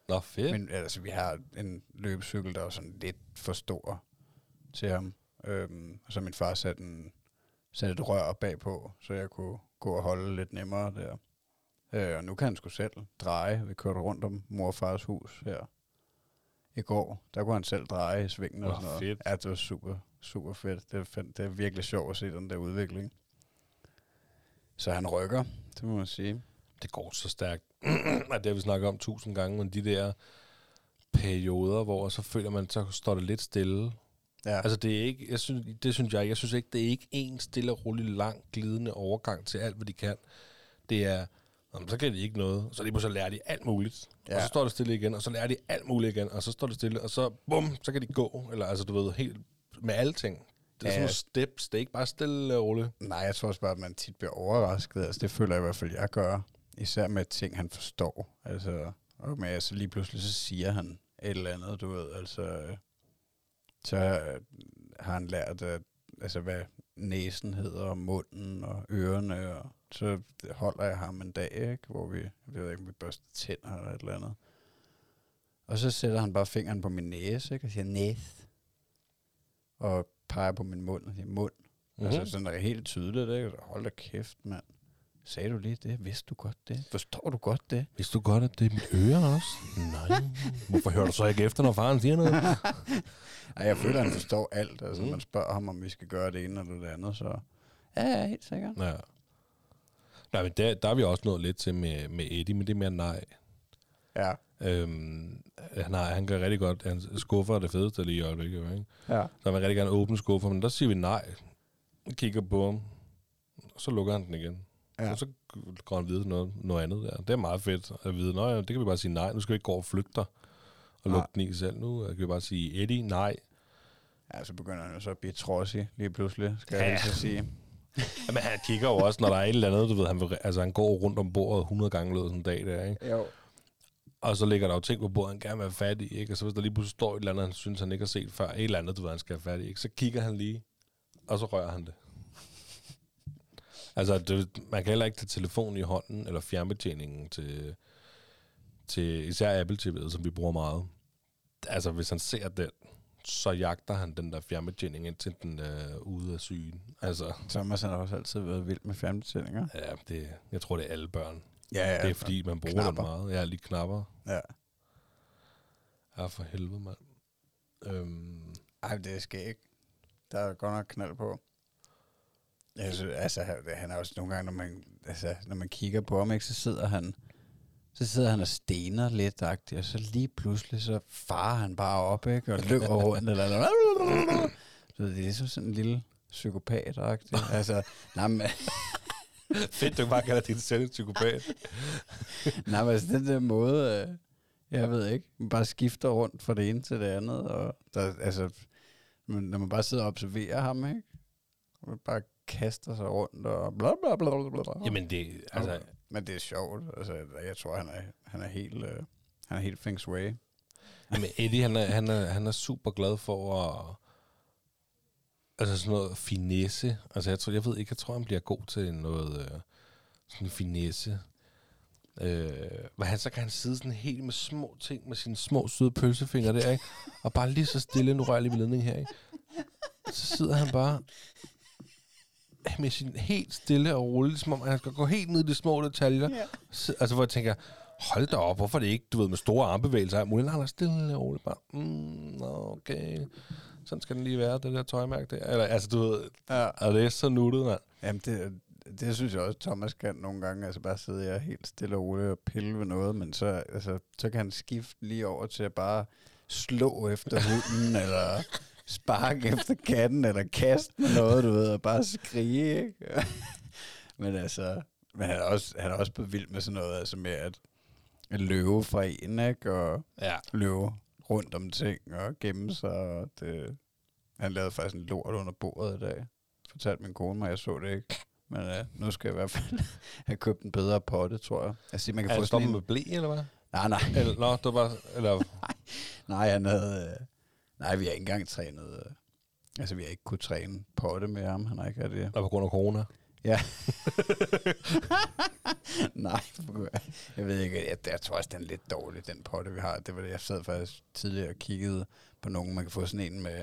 Speaker 2: Nå, fedt. Men,
Speaker 1: Men altså, vi har en løbecykel, der er sådan lidt for stor til ham. Øhm, og så min far satte, en, satte et rør bagpå, så jeg kunne gå og holde lidt nemmere der. Øh, og nu kan han sgu selv dreje. Vi kørte rundt om mor og fars hus her i går. Der kunne han selv dreje i svingen og
Speaker 2: Åh,
Speaker 1: sådan noget.
Speaker 2: fedt.
Speaker 1: Ja, det var super, super fedt. Det er, fand- det er virkelig sjovt at se den der udvikling. Så han rykker, det må man sige.
Speaker 2: det går så stærkt. og det har vi snakket om tusind gange, men de der perioder, hvor så føler man, så står det lidt stille,
Speaker 1: Ja,
Speaker 2: Altså det er ikke, jeg synes, det synes jeg ikke. Jeg synes ikke, det er ikke en stille og rolig, lang, glidende overgang til alt, hvad de kan. Det er, "Nå, men så kan de ikke noget, så lige pludselig lærer de alt muligt. Ja. Og
Speaker 1: Ja.
Speaker 2: så står det stille igen, og så lærer de alt muligt igen, og så står det stille, og så bum, så kan de gå. Eller altså, du ved, helt med alting.
Speaker 1: Ja.
Speaker 2: Det er ja. sådan nogle steps, det er ikke bare stille og roligt.
Speaker 1: Nej, jeg tror også bare, at man tit bliver overrasket. Altså, det føler jeg i hvert fald, jeg gør. Især med ting, han forstår. Altså, og med, altså lige pludselig så siger han et eller andet, du ved. Altså, øh, så øh, har han lært, at, altså, hvad næsen hedder, og munden og ørerne. Og så holder jeg ham en dag, ikke? hvor vi, jeg ved ikke, om vi børster tænder eller et eller andet. Og så sætter han bare fingeren på min næse, ikke? og siger næs. Og peger på min mund og siger mund. Mm-hmm.
Speaker 2: Mhm.
Speaker 1: Altså sådan er helt tydeligt, ikke? Altså, Hold da kæft, mand. Sagde du lige det? Vidste du godt det? Forstår du godt det?
Speaker 2: Vidste du godt, at det er mit øre også? Nej. Hvorfor hører du så ikke efter, når faren siger noget?
Speaker 1: Ej, jeg føler, han forstår alt. Altså, mm.
Speaker 2: Mm.
Speaker 1: man spørger ham, om vi skal gøre det ene eller det andet, så... Ja, ja, helt sikkert.
Speaker 2: Ja. Nej, men der, der er vi også nået lidt til med, med Eddie, men det er mere nej.
Speaker 1: Ja,
Speaker 2: Øhm, han, har, han kan rigtig godt, han skuffer er det fedeste lige i øjeblikket, jo, ikke?
Speaker 1: ja.
Speaker 2: Så han vil rigtig gerne åbne skuffer, men der siger vi nej. Jeg kigger på ham, og så lukker han den igen.
Speaker 3: Ja.
Speaker 2: Ja. Og så går han videre til noget, noget andet der. Det er meget fedt at vide, nå ja, det kan vi bare sige nej, nu skal vi ikke gå og flygte dig og
Speaker 3: Nej.
Speaker 2: lukke den i selv nu. øh, Kan vi bare sige, Eddie, nej.
Speaker 1: Ja, så begynder han jo så at blive trodsig lige pludselig, skal
Speaker 2: Ja.
Speaker 1: jeg lige så sige.
Speaker 2: Jamen, han kigger jo også, når der er et eller andet, du ved, han, vil, altså, han går rundt om bordet 100 gange lød sådan en dag der, ikke?
Speaker 3: Jo.
Speaker 2: Og så ligger der jo ting på bordet, han gerne vil have fat i, ikke? Og så hvis der lige pludselig står et eller andet, han synes, han ikke har set før, et eller andet, du ved, han skal have fat i, ikke? Så kigger han lige, og så rører han det. altså, det, man kan heller ikke tage telefonen i hånden, eller fjernbetjeningen til, til især Apple TV'et, som vi bruger meget. Altså, hvis han ser den, så jagter han den der fjernbetjening, indtil den er ude af syne. Altså,
Speaker 1: Thomas han har også altid været vild med fjernbetjeninger.
Speaker 2: ja, det, jeg tror, det er alle børn.
Speaker 1: Ja, ja.
Speaker 2: Ja, det er, fordi man bruger knapper.
Speaker 1: knapper.
Speaker 2: den meget. Ja, lige knapper.
Speaker 1: Ja.
Speaker 2: Ja, for helvede, mand. Øhm,
Speaker 1: Ej, det skal ikke. Der er godt nok knald på. Jeg synes, altså, han han er også nogle gange, når man, altså, når man kigger på ham, ikke, så sidder han, så sidder han og stener lidt, agtigt, og så lige pludselig, så farer han bare op, ikke, og løber rundt, eller, eller, så det er ligesom sådan en lille psykopat -agtig. Altså, nej, men,
Speaker 2: fedt, du kan bare kalder din selv en psykopat.
Speaker 1: nej, men altså, den der måde, øh, jeg ved ikke, man bare skifter rundt fra det ene til det andet, og der, altså, men når man bare sidder og observerer ham, ikke? Og man bare kaster sig rundt og bla bla bla bla bla. bla.
Speaker 2: Jamen, det, altså,
Speaker 1: altså, men det er sjovt. Altså, jeg tror, han er, han er helt... Øh, han er helt feng shui.
Speaker 2: jamen Eddie, han er, han, er, han er super glad for at... Altså sådan noget finesse. Altså, jeg, tror, jeg ved ikke, jeg tror, han bliver god til noget øh, sådan finesse. Øh, men han, så kan han sidde sådan helt med små ting, med sine små søde pølsefingre der, ikke? Og bare lige så stille en rørlig ved ledning her, ikke? Så sidder han bare med sin helt stille og roligt, som om han skal gå helt ned i de små detaljer.
Speaker 1: Ja.
Speaker 2: Så, altså, hvor jeg tænker, hold da op, hvorfor er det ikke, du ved, med store armbevægelser, og alt muligt, Nej, han er stille og roligt, bare, mm, nå, okay, sådan skal den lige være, det der tøjmærke der. Eller, altså, du ved,
Speaker 1: Ja.
Speaker 2: og det er så nuttet, mand.
Speaker 1: Jamen, det, det synes jeg også, Thomas kan nogle gange. Altså, bare sidde jeg helt stille og roligt og pille ved noget, men så, altså, så kan han skifte lige over til at bare slå efter hunden, eller sparke efter katten, eller kaste med noget, du ved, og bare skrige, ikke? men altså, men han er også, han er også blevet vild med sådan noget, altså med at, at løbe fra en, ikke? Og
Speaker 2: Ja. Altså,
Speaker 1: løbe rundt om ting og gemme sig. Og det, han lavede faktisk en lort under bordet i dag. Fortalte min kone mig, jeg så det ikke. Men øh, nu skal jeg i hvert fald have købt en bedre potte, tror jeg. Altså, man kan
Speaker 2: Er
Speaker 1: få
Speaker 2: det
Speaker 1: sådan
Speaker 2: stoppet
Speaker 1: en...
Speaker 2: med blæ, eller hvad?
Speaker 1: Nej, nej.
Speaker 2: Eller, nå, det var, eller,
Speaker 1: Nej, han havde... Øh, nej, vi har ikke engang trænet... Øh, altså, vi har ikke kunne træne potte med ham. Han har ikke rigtig...
Speaker 2: der på grund af corona.
Speaker 1: Ja. Nej, for- jeg ved ikke. Jeg, jeg tror også, den er lidt dårlig, den potte, vi har. Det var det, jeg sad faktisk tidligere og kiggede på nogen. Man kan få sådan en med,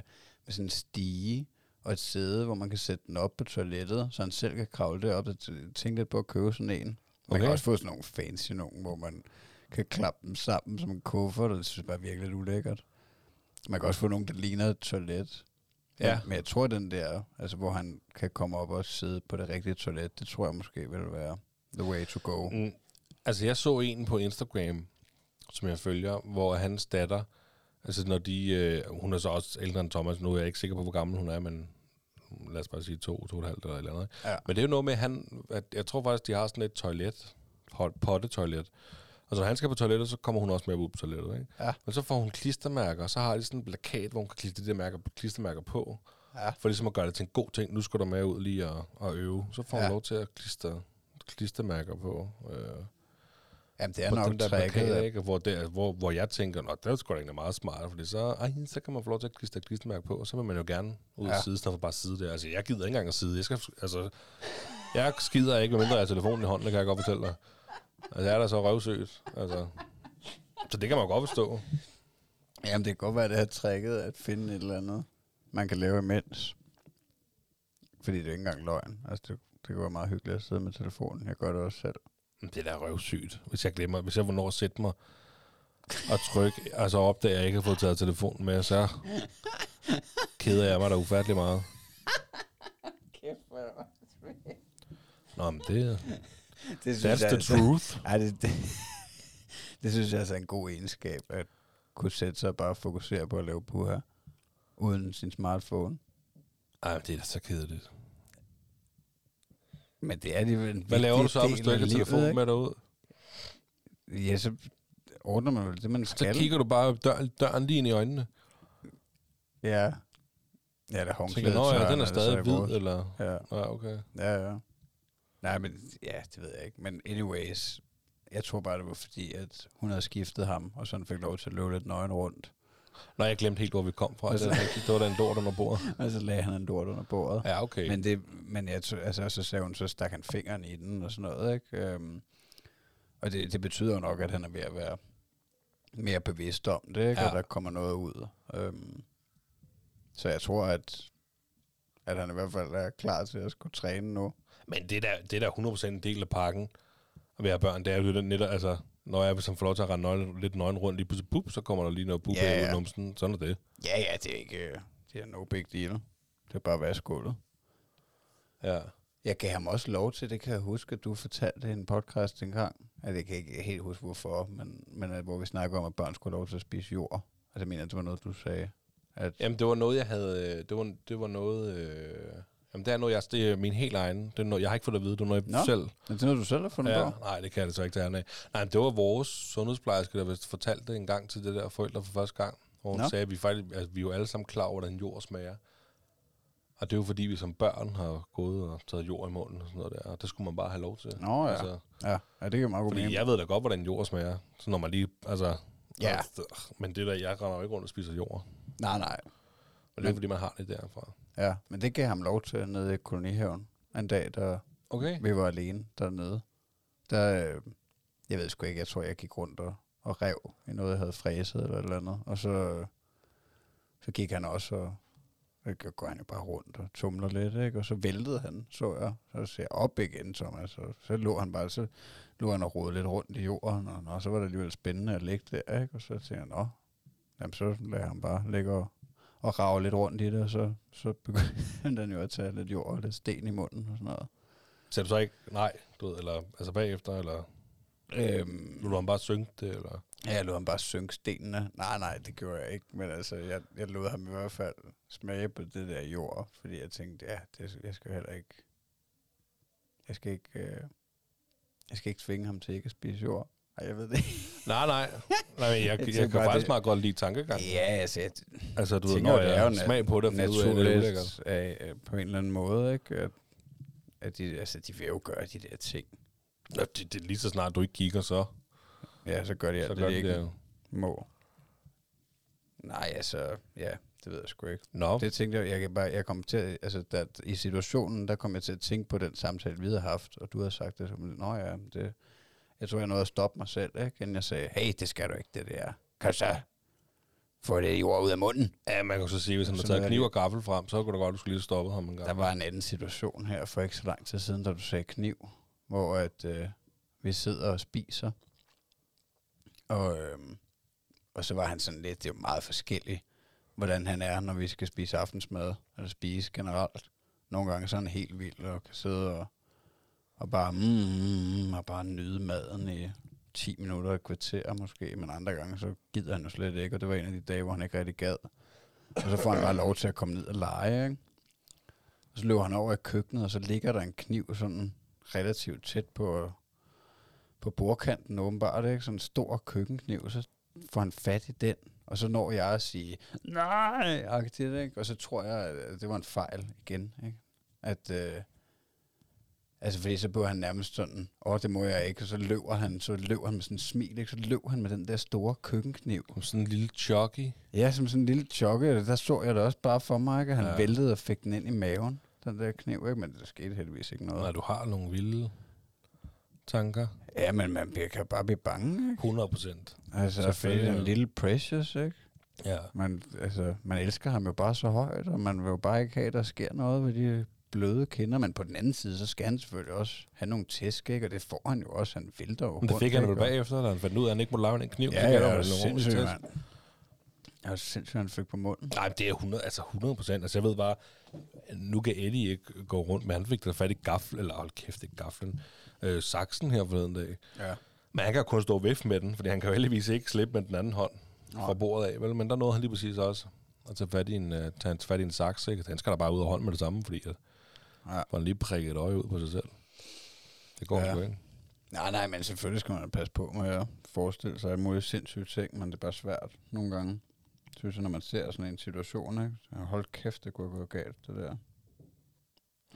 Speaker 1: med sådan en stige og et sæde, hvor man kan sætte den op på toilettet, så han selv kan kravle derop. Jeg t- tænkte lidt på at købe sådan en. Man okay. kan
Speaker 2: Okay.
Speaker 1: også få sådan nogle fancy nogen, hvor man kan klappe dem sammen som en kuffert, og det synes jeg bare er virkelig lidt ulækkert. Man kan også få nogen, der ligner et toilet.
Speaker 2: Ja.
Speaker 1: Ja. Men jeg tror, den der, altså hvor han kan komme op og sidde på det rigtige toilet, det tror jeg måske vil være the way to go. Mm.
Speaker 2: Mm. Altså, jeg så en på Instagram, som jeg følger, hvor hans datter, altså når de, øh, hun er så også ældre end Thomas, nu er jeg ikke sikker på, hvor gammel hun er, men lad os bare sige to, to og et halvt eller et eller andet. ikke?
Speaker 1: Ja.
Speaker 2: Men det er jo noget med, han, at jeg tror faktisk, de har sådan et toilet, pot- pottetoilet, og så når han skal på toilettet, så kommer hun også med ud på toilettet, ikke?
Speaker 1: Ja.
Speaker 2: Men så får hun klistermærker, og så har de sådan en plakat, hvor hun kan klistre de der mærker, klistermærker på,
Speaker 1: Ja.
Speaker 2: for ligesom at gøre det til en god ting. Nu skal du med ud lige og, og øve. Så får hun
Speaker 1: Ja.
Speaker 2: lov til at klistre klistermærker på. Øh,
Speaker 1: Jamen, det er
Speaker 2: på
Speaker 1: nok
Speaker 2: den der
Speaker 1: trækket.
Speaker 2: plakat,
Speaker 1: at-
Speaker 2: ikke? Hvor, der, hvor, hvor jeg tænker, at det er sgu da egentlig meget smart, fordi så, ej, så kan man få lov til at klistre et klistermærke på, og så vil man jo gerne ud ja.
Speaker 1: Ja.
Speaker 2: og sidde, i stedet for bare at sidde der. Altså, jeg gider ikke engang at sidde. Jeg, skal, altså, jeg skider ikke, medmindre jeg har telefonen i hånden, det kan jeg godt fortælle dig. Altså, jeg er da så røvsøgt. Altså. Så det kan man jo godt forstå.
Speaker 1: Jamen, det kan godt være, det her trækket at finde et eller andet, man kan lave imens. Fordi det er ikke engang løgn. Altså, det, det kan være meget hyggeligt at sidde med telefonen. Jeg gør det også selv.
Speaker 2: Men Det er da røvsygt, hvis jeg glemmer, hvis jeg hvornår at sætte mig og trykke, og så opdager jeg, at jeg ikke har fået taget telefonen med, så keder jeg mig da ufattelig meget. Nå, men det,
Speaker 1: Det altså-
Speaker 2: that's the truth.
Speaker 1: Ej, det, det, det synes jeg altså er en god egenskab, at kunne sætte sig og bare fokusere på at lave puha, uden sin smartphone.
Speaker 2: Ej, men det er da så kedeligt.
Speaker 1: Men det er det vel en
Speaker 2: Hvad laver
Speaker 1: vigtig
Speaker 2: du så, hvis
Speaker 1: del
Speaker 2: du
Speaker 1: af
Speaker 2: ikke har
Speaker 1: livet,
Speaker 2: telefonen med derud?
Speaker 1: ikke? Ja, så ordner man vel det, man
Speaker 2: Så
Speaker 1: skal.
Speaker 2: kigger du bare dør, døren lige ind i øjnene.
Speaker 1: Ja. Ja, der
Speaker 2: Så
Speaker 1: håndklædet.
Speaker 2: tænker, Nå
Speaker 1: tørrer,
Speaker 2: ja, den
Speaker 1: når det
Speaker 2: er
Speaker 1: så
Speaker 2: stadig
Speaker 1: vådt."
Speaker 2: hvid, eller...
Speaker 1: Ja.
Speaker 2: Ja, okay.
Speaker 1: Ja, ja. Nej, men ja, det ved jeg ikke. Men anyways, jeg tror bare, det var fordi, at hun havde skiftet ham, og så han fik lov til at løbe lidt nøgen rundt.
Speaker 2: Nå, jeg glemte helt, hvor vi kom fra.
Speaker 1: Altså-
Speaker 2: Altså, det, er rigtigt. det var da en lort under bordet.
Speaker 1: Og så lagde han en lort under bordet. Ja.
Speaker 2: Ja, okay. Men,
Speaker 1: Men, det, men jeg tror, altså, så sagde hun, så stak han fingeren i den og sådan noget, ikke? Øhm, og det, det betyder jo nok, at han er ved at være mere bevidst om det, ikke? Ja.
Speaker 2: Ja.
Speaker 1: Og der kommer noget ud. Øhm, så jeg tror, at, at han i hvert fald er klar til at skulle træne nu.
Speaker 2: men det, er da, det er da 100% en del af pakken at være børn. Det er jo den netop, altså... Når jeg som får lov til at rende nøglen, lidt nøgen rundt lige pludselig, pup, så kommer der lige noget pup
Speaker 1: Ja,
Speaker 2: ja, ja. ud
Speaker 1: ja.
Speaker 2: i numsen. Sådan er det.
Speaker 1: Ja, ja, det er ikke... øh, Det er no big deal. Det er bare at være skuldet.
Speaker 2: Ja.
Speaker 1: Jeg gav ham også lov til, det kan jeg huske, at du fortalte i en podcast engang. Altså, jeg kan ikke helt huske, hvorfor, men, men at, hvor vi snakker om, at børn skulle have lov til at spise jord. Altså, jeg mener, det var noget, du sagde. At,
Speaker 2: Jamen, det var noget, jeg havde... øh, Det var, det var noget... Øh, jamen, det er noget, jeg... Det er min helt egen. Det er noget, jeg har ikke fået det at vide. Det er noget, jeg
Speaker 1: Nå.
Speaker 2: Nå. selv
Speaker 1: men det er noget, du selv har fundet
Speaker 2: Ja,
Speaker 1: på.
Speaker 2: nej, det kan jeg altså ikke tage af. Nej, men det var vores sundhedsplejerske, der vist fortalte det en gang til det der forældre for første gang. Hvor hun
Speaker 1: Nå.
Speaker 2: Nå. sagde, at vi, faktisk, altså, vi er jo alle sammen klar over, hvordan jord smager. Og det er jo fordi, vi som børn har gået og taget jord i munden og sådan noget der. Og det skulle man bare have lov til.
Speaker 1: Nå ja, ja, ja det kan meget godt
Speaker 2: Altså- fordi
Speaker 1: mening.
Speaker 2: jeg ved da godt, hvordan jord smager. Så når man lige, altså...
Speaker 1: Ja.
Speaker 2: Øh, Men det der, jeg render jo ikke rundt og spiser jord.
Speaker 1: Nej, nej.
Speaker 2: Og det er
Speaker 1: Men-
Speaker 2: fordi, man har det derfra.
Speaker 1: Ja, men det gav ham lov til nede i kolonihaven en dag, der
Speaker 2: Okay.
Speaker 1: vi var alene dernede. Der, øh, jeg ved sgu ikke, jeg tror, jeg gik rundt og, og rev i noget, jeg havde fræset eller et eller andet. Og så, så gik han også og og så går han jo bare rundt og tumler lidt, ikke? Og så væltede han, så jeg. Så ser jeg op igen, Thomas. Og så lå han bare, så lå han og rodede lidt rundt i jorden. Og, nå, så var det alligevel spændende at ligge der, ikke? Og så tænkte jeg, nå, jamen, så lader han bare ligge og, og rave lidt rundt i det. Og så, så begyndte han jo at tage lidt jord og lidt sten i munden og sådan noget.
Speaker 2: Så så ikke, nej, du ved, eller altså bagefter, eller...
Speaker 1: Øhm,
Speaker 2: Nu han bare synke det, eller...
Speaker 1: Ja, jeg lod ham bare synke stenene. Nej, nej, det gjorde jeg ikke, men altså, jeg, jeg lod ham i hvert fald smage på det der jord, fordi jeg tænkte, ja, det, jeg skal jo heller ikke, jeg skal ikke, øh, jeg skal ikke tvinge ham til ikke at spise jord. Ej, jeg ved det ikke.
Speaker 2: Nej, nej. nej men jeg, jeg,
Speaker 1: tænker
Speaker 2: jeg kan
Speaker 1: bare,
Speaker 2: faktisk
Speaker 1: det-
Speaker 2: meget godt lide tankegangen.
Speaker 1: Ja, altså, jeg
Speaker 2: Altså, du ved,
Speaker 1: tænker,
Speaker 2: når
Speaker 1: det er
Speaker 2: jeg
Speaker 1: jo nat-
Speaker 2: smag på det, for ud af det er ulækkert.
Speaker 1: naturligt af, øh, på en eller anden måde, ikke? At, at de, altså, de vil jo gøre de der ting.
Speaker 2: Nå, det, det, er lige så snart du ikke kigger, så,
Speaker 1: Ja, så gør de
Speaker 2: ja,
Speaker 1: alt
Speaker 2: så
Speaker 1: det,
Speaker 2: gør
Speaker 1: de
Speaker 2: det,
Speaker 1: ikke
Speaker 2: det.
Speaker 1: må. Nej, altså, ja, det ved jeg sgu ikke.
Speaker 2: Nå,
Speaker 1: Det tænkte jeg, jeg, kan bare, jeg kom til, at- altså der, i situationen, der kom jeg til at tænke på den samtale, vi havde haft, og du havde sagt det, som, nå ja, men det, jeg tror, jeg nåede at stoppe mig selv, ikke? inden jeg sagde, hey, det skal du ikke, det der. Kan du så få det jord ud af munden?
Speaker 2: ja, man kan jo så sige, hvis han har
Speaker 1: Sådan er
Speaker 2: taget
Speaker 1: det.
Speaker 2: kniv og gaffel frem, så kunne du godt, du skulle lige stoppe ham en gang.
Speaker 1: Der var en anden situation her for ikke så lang tid siden, da du sagde kniv, hvor at, øh, vi sidder og spiser. Og, øh, og så var han sådan lidt, det er jo meget forskelligt, hvordan han er, når vi skal spise aftensmad, eller spise generelt. Nogle gange så er han helt vild og kan sidde og, og bare, mm, mm, mm, og bare nyde maden i 10 minutter og et kvarter måske, men andre gange så gider han jo slet ikke, og det var en af de dage, hvor han ikke rigtig gad. Og så får han bare lov til at komme ned og lege, ikke? Og så løber han over i køkkenet, og så ligger der en kniv sådan relativt tæt på, på bordkanten åbenbart, ikke? Sådan en stor køkkenkniv, så får han fat i den, og så når jeg at sige, nej, agtigt, ikke? og så tror jeg, at det var en fejl igen, ikke? at øh, altså fordi så blev han nærmest sådan, åh, det må jeg ikke, og så løber han, så løber han med sådan en smil, ikke? så løber han med den der store køkkenkniv.
Speaker 2: Som sådan en lille chucky.
Speaker 1: Ja, som sådan en lille chokke, og der så jeg det også bare for mig, ikke? at han ja.
Speaker 2: Ja.
Speaker 1: væltede og fik den ind i maven, den der kniv, ikke? men der skete heldigvis ikke noget.
Speaker 2: Når du har nogle vilde tanker.
Speaker 1: Ja, men man bliver, kan bare blive bange, ikke?
Speaker 2: 100 procent.
Speaker 1: Altså, fordi
Speaker 2: Selvfølgelig,
Speaker 1: det er en
Speaker 2: ja.
Speaker 1: lille precious, ikke?
Speaker 2: Ja.
Speaker 1: Man, altså, man elsker ham jo bare så højt, og man vil jo bare ikke have, at der sker noget ved de bløde kinder. Men på den anden side, så skal han selvfølgelig også have nogle tæsk, ikke? Og det får han jo også. Han vælter jo
Speaker 2: Men det
Speaker 1: rundt,
Speaker 2: fik han vel
Speaker 1: ikke? Og-
Speaker 2: bagefter, da han fandt ud af, at han ikke måtte lave en kniv. så
Speaker 1: Ja,
Speaker 2: gav
Speaker 1: ja,
Speaker 2: han
Speaker 1: det
Speaker 2: ham
Speaker 1: var
Speaker 2: en ordentlig
Speaker 1: sindssygt,
Speaker 2: test.
Speaker 1: mand. Det var sindssygt, han fik på munden.
Speaker 2: Nej, men det er 100, altså 100 procent. Altså, jeg ved bare, nu kan Eddie ikke gå rundt, men han fik da fat i gaffel, eller hold kæft, det er gaflen, øh, saksen her forleden dag.
Speaker 1: Ja.
Speaker 2: Men han kan jo kun stå og vifte med den, fordi han kan jo heldigvis ikke slippe med den anden hånd
Speaker 1: Nej.
Speaker 2: fra bordet af, vel? Men der nåede han lige præcis også at tage fat i en, uh, tage fat i en saks, ikke? Den skal der bare ud af hånden med det samme, fordi at
Speaker 1: Ja.
Speaker 2: ja. han lige prikket et øje ud på sig selv. Det går
Speaker 1: Ja.
Speaker 2: ja. sgu ikke.
Speaker 1: Nej, nej, men selvfølgelig skal man passe på med at forestille sig imod sindssyge ting, men det er bare svært nogle gange. Synes jeg, når man ser sådan en situation, ikke? Så, hold kæft, det kunne gå galt, det der.